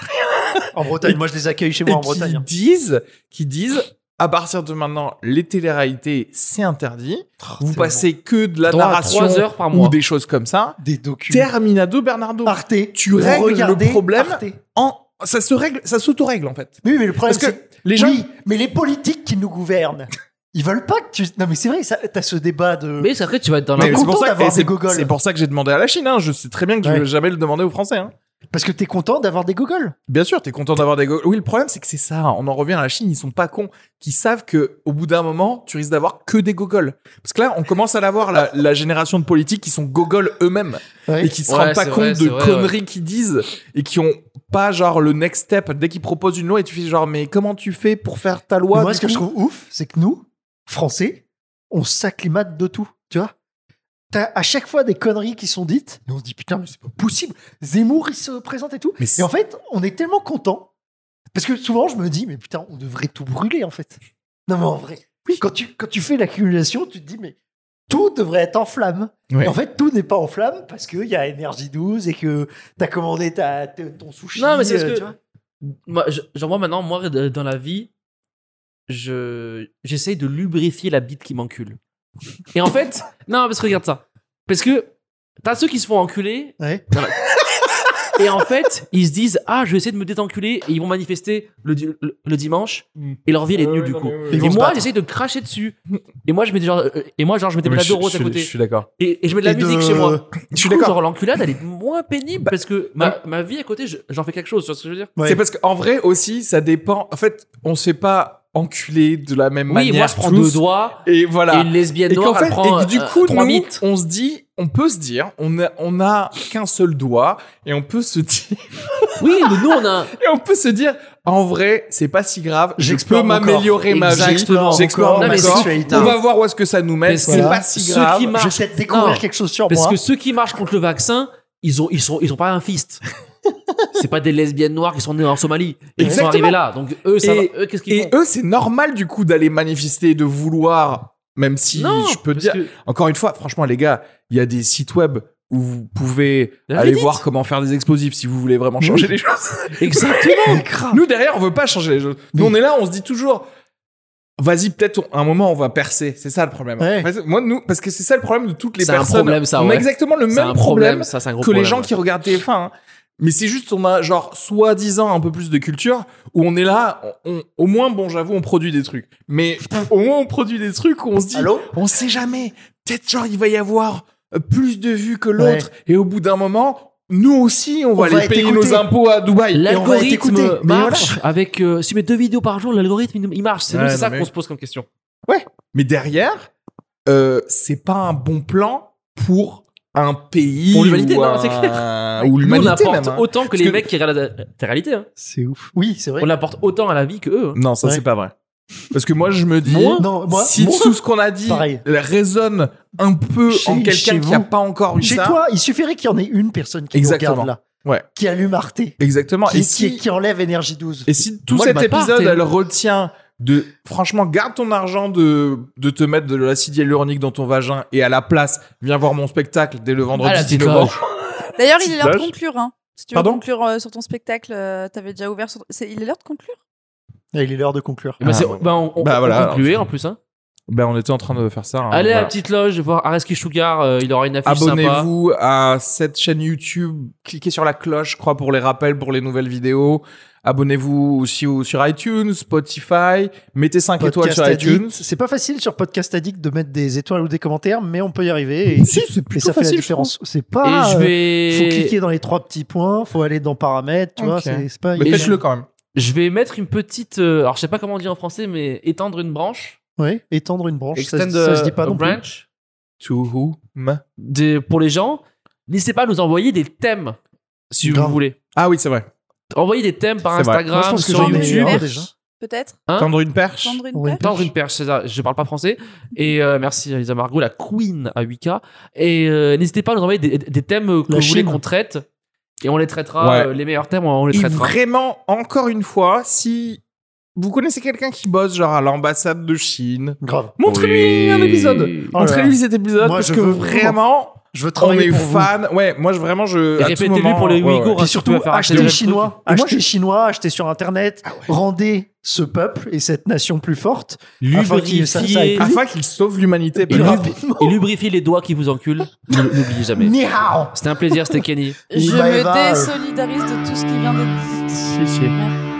Speaker 3: En Bretagne, moi je les accueille chez moi en Bretagne. hein.
Speaker 1: Qui disent, qui disent, à partir de maintenant, les téléréalités, c'est interdit. Vous
Speaker 3: c'est
Speaker 1: passez que de la
Speaker 2: Droit à
Speaker 1: narration
Speaker 2: trois heures par
Speaker 1: ou
Speaker 2: mois
Speaker 1: des choses comme ça.
Speaker 3: Des docus.
Speaker 1: Terminado Bernardo.
Speaker 3: Arte.
Speaker 1: tu règles le
Speaker 3: Regardez
Speaker 1: problème.
Speaker 3: Arte.
Speaker 1: En, ça se règle, ça s'auto-règle en fait.
Speaker 3: Oui, mais le problème,
Speaker 1: Parce que
Speaker 3: c'est
Speaker 1: les gens,
Speaker 3: Oui, mais les politiques qui nous gouvernent, ils veulent pas que tu. Non, mais c'est vrai, ça- t'as ce débat de.
Speaker 2: mais après tu vas être dans la
Speaker 1: Mais
Speaker 3: T'es
Speaker 1: c'est
Speaker 3: content
Speaker 1: pour, ça que,
Speaker 3: d'avoir
Speaker 1: et c'est-
Speaker 3: des gogoles.
Speaker 1: c'est pour ça que j'ai demandé à la Chine. hein. Je sais très bien que je
Speaker 3: Ouais.
Speaker 1: ne vais jamais le demander aux Français. hein.
Speaker 3: Parce que t'es content d'avoir des gogoles.
Speaker 1: Bien sûr, t'es content d'avoir des gogoles. Oui, le problème, c'est que c'est ça. hein. On en revient à la Chine. Ils sont pas cons. Qui savent que au bout d'un moment, tu risques d'avoir que des gogoles. Parce que là, on commence à l'avoir, la, la génération de politiques qui sont gogoles eux-mêmes
Speaker 3: Ouais.
Speaker 1: et qui se
Speaker 2: Ouais,
Speaker 1: rendent pas
Speaker 2: c'est
Speaker 1: compte
Speaker 2: vrai, c'est
Speaker 1: de
Speaker 2: vrai,
Speaker 1: conneries qu'ils disent et qui ont pas genre le next step. Dès qu'ils proposent une loi et tu fais genre, mais comment tu fais pour faire ta loi
Speaker 3: Moi,
Speaker 1: du
Speaker 3: ce que je
Speaker 1: coup
Speaker 3: trouve ouf, c'est que nous, Français, on s'acclimate de tout, tu vois. T'as à chaque fois des conneries qui sont dites, et on se dit putain, mais c'est pas possible. Zemmour, il se présente et tout.
Speaker 1: Mais
Speaker 3: Et en fait, on est tellement content. Parce que souvent, je me dis, mais putain, on devrait tout brûler, en fait. Non, mais en vrai. Oui. Quand tu, quand tu fais l'accumulation, tu te dis, mais tout devrait être en flamme.
Speaker 1: Ouais.
Speaker 3: Et en fait, tout n'est pas en flamme parce qu'il y a énergie 12 et que t'as commandé ta, t- ton sushi.
Speaker 2: Non, mais c'est parce
Speaker 3: euh,
Speaker 2: que-
Speaker 3: tu vois.
Speaker 2: moi, je- genre moi maintenant moi de- dans la vie je j'essaye de lubrifier la bite qui m'encule et en fait non parce que regarde ça parce que t'as ceux qui se font enculer
Speaker 3: Ouais.
Speaker 2: et en fait ils se disent ah je vais essayer de me détenculer et ils vont manifester le, di- le, le dimanche
Speaker 1: Mm.
Speaker 2: et leur vie elle est
Speaker 1: Ouais,
Speaker 2: nulle
Speaker 1: ouais,
Speaker 2: du
Speaker 1: non,
Speaker 2: coup
Speaker 1: mais ouais,
Speaker 2: et
Speaker 1: ouais.
Speaker 3: Ils vont se
Speaker 2: moi
Speaker 3: battre.
Speaker 2: j'essaye de cracher dessus et moi je mets genre euh, et moi genre je mets des
Speaker 1: Mais
Speaker 2: plateaux
Speaker 1: je-
Speaker 2: roses à
Speaker 1: je-
Speaker 2: côté
Speaker 1: Je suis d'accord.
Speaker 2: et, et je mets de la
Speaker 3: Et de-
Speaker 2: musique chez moi
Speaker 1: Je
Speaker 2: du
Speaker 1: suis
Speaker 2: coup
Speaker 1: d'accord.
Speaker 2: genre l'enculade elle est moins pénible
Speaker 1: Bah,
Speaker 2: parce que ma, ma vie à côté je- j'en fais quelque chose tu vois ce que je veux dire
Speaker 3: Ouais.
Speaker 1: C'est parce qu'en vrai aussi, ça dépend. En fait, on se fait pas enculer de la même
Speaker 2: oui
Speaker 1: manière.
Speaker 2: moi je prends
Speaker 1: tous.
Speaker 2: deux doigts
Speaker 1: Et voilà.
Speaker 2: et une lesbienne
Speaker 1: Et qu'en
Speaker 2: noire
Speaker 1: fait,
Speaker 2: elle prend
Speaker 1: et que du
Speaker 2: euh,
Speaker 1: coup,
Speaker 2: trois
Speaker 1: nous,
Speaker 2: mites.
Speaker 1: on se dit, on peut se dire, on a, on a qu'un seul doigt, et on peut se dire,
Speaker 2: Oui, mais nous on a.
Speaker 1: et on peut se dire, en vrai, c'est pas si grave, je peux
Speaker 3: J'explore mon corps.
Speaker 1: m'améliorer
Speaker 2: Bah,
Speaker 1: ma vie,
Speaker 2: Exactement.
Speaker 3: J'explore
Speaker 1: j'explore
Speaker 2: Non,
Speaker 1: mon
Speaker 2: mais
Speaker 1: corps,
Speaker 2: c'est-
Speaker 3: sexualité.
Speaker 1: on va voir où est-ce que ça nous mène,
Speaker 2: Mais
Speaker 1: c'est
Speaker 3: voilà.
Speaker 1: pas si
Speaker 2: Ceux
Speaker 1: grave.
Speaker 2: qui marchent-
Speaker 3: Je vais peut-être découvrir
Speaker 2: Non.
Speaker 3: quelque chose sur
Speaker 2: Parce
Speaker 3: moi.
Speaker 2: que ceux qui marchent contre le vaccin, ils ont, ils sont, ils ont pas un fist. C'est pas des lesbiennes noires qui sont nées en Somalie et qui sont
Speaker 1: Exactement.
Speaker 2: arrivées là. Donc eux, ça
Speaker 1: Et-
Speaker 2: va- eux, qu'est-ce qu'ils
Speaker 1: Et
Speaker 2: font
Speaker 1: eux, c'est normal, du coup, d'aller manifester, de vouloir, même si je peux
Speaker 2: parce
Speaker 1: dire,
Speaker 2: que-
Speaker 1: Encore une fois, franchement, les gars, il y a des sites web où vous pouvez
Speaker 2: La
Speaker 1: aller
Speaker 2: Reddit.
Speaker 1: voir comment faire des explosifs si vous voulez vraiment changer les choses.
Speaker 2: exactement.
Speaker 1: Nous, derrière, on veut pas changer les choses. Nous,
Speaker 3: Oui.
Speaker 1: on est là, on se dit toujours, vas-y, peut-être, on- un moment, on va percer. C'est ça le problème.
Speaker 3: Ouais.
Speaker 1: Parce- Moi, nous, parce que c'est ça le problème de toutes les
Speaker 2: C'est un
Speaker 1: personnes.
Speaker 2: problème, ça,
Speaker 1: on
Speaker 2: ouais.
Speaker 1: a exactement le
Speaker 2: C'est
Speaker 1: même
Speaker 2: un
Speaker 1: problème,
Speaker 2: ça c'est un
Speaker 1: que
Speaker 2: gros
Speaker 1: les
Speaker 2: problème,
Speaker 1: gens
Speaker 2: ouais.
Speaker 1: qui regardent TF1. hein. Mais c'est juste, on a genre soi-disant un peu plus de culture où on est là, on- on- au moins, bon, j'avoue, on produit des trucs. Mais au moins, on produit des trucs où on se dit,
Speaker 3: Allô
Speaker 1: on sait jamais. Peut-être genre il va y avoir euh, plus de vues que l'autre et au bout d'un moment, nous aussi on va
Speaker 3: On va
Speaker 1: aller
Speaker 3: être
Speaker 1: payer
Speaker 3: écoutés.
Speaker 1: nos impôts à Dubaï.
Speaker 3: Et on va être écouté.
Speaker 2: L'algorithme
Speaker 3: Mais
Speaker 2: marche avec. euh, si mes deux vidéos par jour, l'algorithme il- il marche. C'est nous,
Speaker 1: Ouais,
Speaker 2: c'est
Speaker 1: non,
Speaker 2: ça
Speaker 1: mais-
Speaker 2: qu'on se pose comme question.
Speaker 1: Mais derrière, euh, c'est pas un bon plan pour un pays
Speaker 2: Pour l'humanité,
Speaker 1: ou,
Speaker 2: non,
Speaker 1: un-
Speaker 2: c'est
Speaker 1: ou
Speaker 2: Nous, on
Speaker 1: l'humanité
Speaker 2: apporte
Speaker 1: même. hein.
Speaker 2: autant que
Speaker 1: Parce
Speaker 2: les
Speaker 1: que-
Speaker 2: mecs qui regardent la la réalité. hein.
Speaker 3: C'est ouf. Oui, c'est vrai.
Speaker 2: On apporte autant à la vie que eux. hein.
Speaker 1: Non, ça
Speaker 3: Ouais.
Speaker 1: c'est pas vrai. Parce que moi je me dis
Speaker 3: non, moi,
Speaker 1: si
Speaker 3: moi,
Speaker 1: tout ce qu'on a dit
Speaker 3: Pareil.
Speaker 1: résonne un peu
Speaker 3: Chez-
Speaker 1: en
Speaker 3: chez
Speaker 1: quelqu'un qui a
Speaker 3: vous.
Speaker 1: pas encore eu
Speaker 3: chez
Speaker 1: ça.
Speaker 3: toi, il suffirait qu'il y en ait une personne qui nous
Speaker 1: Exactement.
Speaker 3: regarde là,
Speaker 1: Ouais.
Speaker 3: qui allume Arte,
Speaker 1: Exactement.
Speaker 3: qui,
Speaker 1: et
Speaker 3: qui-
Speaker 1: si
Speaker 3: qui enlève énergie 12.
Speaker 1: Et si tout
Speaker 2: Moi, je
Speaker 1: cet
Speaker 2: bats pas,
Speaker 1: épisode,
Speaker 2: t'es-
Speaker 1: elle retient de. Franchement, garde ton argent de, de te mettre de l'acide hyaluronique dans ton vagin et à la place, viens voir mon spectacle dès le vendredi
Speaker 2: Ah, la
Speaker 1: 10
Speaker 2: petite
Speaker 1: novembre.
Speaker 4: D'ailleurs, il est l'heure de
Speaker 1: Petite
Speaker 4: conclure. Hein. Si tu veux
Speaker 1: Pardon
Speaker 4: conclure euh, sur ton spectacle, euh, t'avais déjà ouvert. Sur... c'est- Il est l'heure de conclure.
Speaker 3: Ah, il est l'heure de conclure.
Speaker 2: Eh ben,
Speaker 1: Ah,
Speaker 2: c'est-
Speaker 1: bon.
Speaker 2: ben, on, on-
Speaker 1: Bah,
Speaker 2: on
Speaker 1: voilà,
Speaker 2: concluait en plus. hein.
Speaker 1: Ben, on était en train de faire ça. hein,
Speaker 2: Allez à
Speaker 1: voilà.
Speaker 2: la petite loge voir Areski Sugar. euh, il aura une affiche sympa.
Speaker 1: Abonnez-vous à cette chaîne YouTube. Cliquez sur la cloche, je crois, pour les rappels, pour les nouvelles vidéos. Abonnez-vous aussi au- sur iTunes, Spotify. Mettez 5 étoiles
Speaker 3: Podcast
Speaker 1: sur
Speaker 3: Addict.
Speaker 1: iTunes.
Speaker 3: C'est pas facile sur Podcast Addict de mettre des étoiles ou des commentaires, mais on peut y arriver et,
Speaker 1: Si, c'est
Speaker 3: et
Speaker 1: plutôt
Speaker 3: ça fait la
Speaker 1: facile, je
Speaker 3: différence. C'est
Speaker 2: Et
Speaker 1: Ah,
Speaker 3: pas.
Speaker 2: je
Speaker 3: euh, Faut
Speaker 2: vais.
Speaker 3: cliquer dans les trois petits points, faut aller dans paramètres, tu vois,
Speaker 1: Ok.
Speaker 3: c'est c'est pas.
Speaker 1: trouve. Mais
Speaker 2: Et
Speaker 1: faites-le quand même.
Speaker 2: Je vais mettre une petite. euh, alors, je sais pas comment on dit en français, mais étendre une branche.
Speaker 3: Ouais, étendre une branche, ça,
Speaker 2: Extend
Speaker 3: ça
Speaker 2: a-
Speaker 3: se dit pas
Speaker 2: a
Speaker 3: non plus.
Speaker 2: branch.
Speaker 1: To whom
Speaker 2: Des- pour les gens, n'hésitez pas à nous envoyer des thèmes si
Speaker 3: Grave.
Speaker 2: vous voulez.
Speaker 1: Ah oui, c'est vrai.
Speaker 2: Envoyez des thèmes par
Speaker 1: C'est vrai.
Speaker 2: Instagram,
Speaker 3: Moi, je pense que
Speaker 2: sur
Speaker 3: j'en ai
Speaker 2: YouTube.
Speaker 3: un.
Speaker 4: perche,
Speaker 3: déjà.
Speaker 4: Peut-être
Speaker 2: Hein
Speaker 1: Tendre une perche.
Speaker 4: Tendre une
Speaker 3: Oui.
Speaker 4: perche
Speaker 2: Tendre une perche, c'est ça. Je parle pas français. Et euh, merci Elisa Margot, la queen à 8K. Et euh, n'hésitez pas à nous envoyer des, des thèmes euh, que
Speaker 3: La
Speaker 2: vous voulez
Speaker 3: Chine.
Speaker 2: qu'on traite. Et on les traitera.
Speaker 1: Ouais.
Speaker 2: euh, les meilleurs thèmes, on les
Speaker 1: Et
Speaker 2: traitera.
Speaker 1: vraiment, encore une fois, si vous connaissez quelqu'un qui bosse genre à l'ambassade de Chine,
Speaker 3: Grave.
Speaker 1: montrez-lui
Speaker 2: Oui.
Speaker 1: un épisode.
Speaker 3: Oh là
Speaker 1: Montrez-lui
Speaker 3: là.
Speaker 1: cet épisode
Speaker 3: Moi,
Speaker 1: parce
Speaker 3: je
Speaker 1: que
Speaker 3: veux
Speaker 1: vraiment,
Speaker 3: Je veux
Speaker 1: on
Speaker 3: travailler
Speaker 1: est
Speaker 3: pour vous.
Speaker 1: fan. Ouais, moi je vraiment je.
Speaker 2: Et
Speaker 1: à tout
Speaker 2: répétez-lui
Speaker 1: moment,
Speaker 2: pour
Speaker 1: ouais,
Speaker 2: les
Speaker 1: ouais.
Speaker 2: Ouïghours.
Speaker 3: Puis
Speaker 2: Tu peux
Speaker 3: surtout,
Speaker 2: faire Ah un
Speaker 3: achetez
Speaker 2: tel
Speaker 3: les
Speaker 2: truc.
Speaker 3: Chinois,
Speaker 1: Et moi,
Speaker 3: achetez chinois, achetez sur Internet, rendez ce peuple et cette nation plus forte. Afin qu'il- ça- ça
Speaker 2: Lubrifier,
Speaker 3: aille plus
Speaker 1: Afin qu'il sauve l'humanité.
Speaker 2: Et
Speaker 3: Plus
Speaker 2: lui-
Speaker 3: rapidement.
Speaker 2: et lubrifier les doigts qui vous enculent. Ne- N'oubliez jamais.
Speaker 3: Ni hao.
Speaker 2: C'était un plaisir, c'était Kenny.
Speaker 4: Je
Speaker 3: Ibaeva,
Speaker 4: me
Speaker 3: euh.
Speaker 4: désolidarise de tout ce qui vient d'être dit.
Speaker 3: Si, si.
Speaker 4: Merci.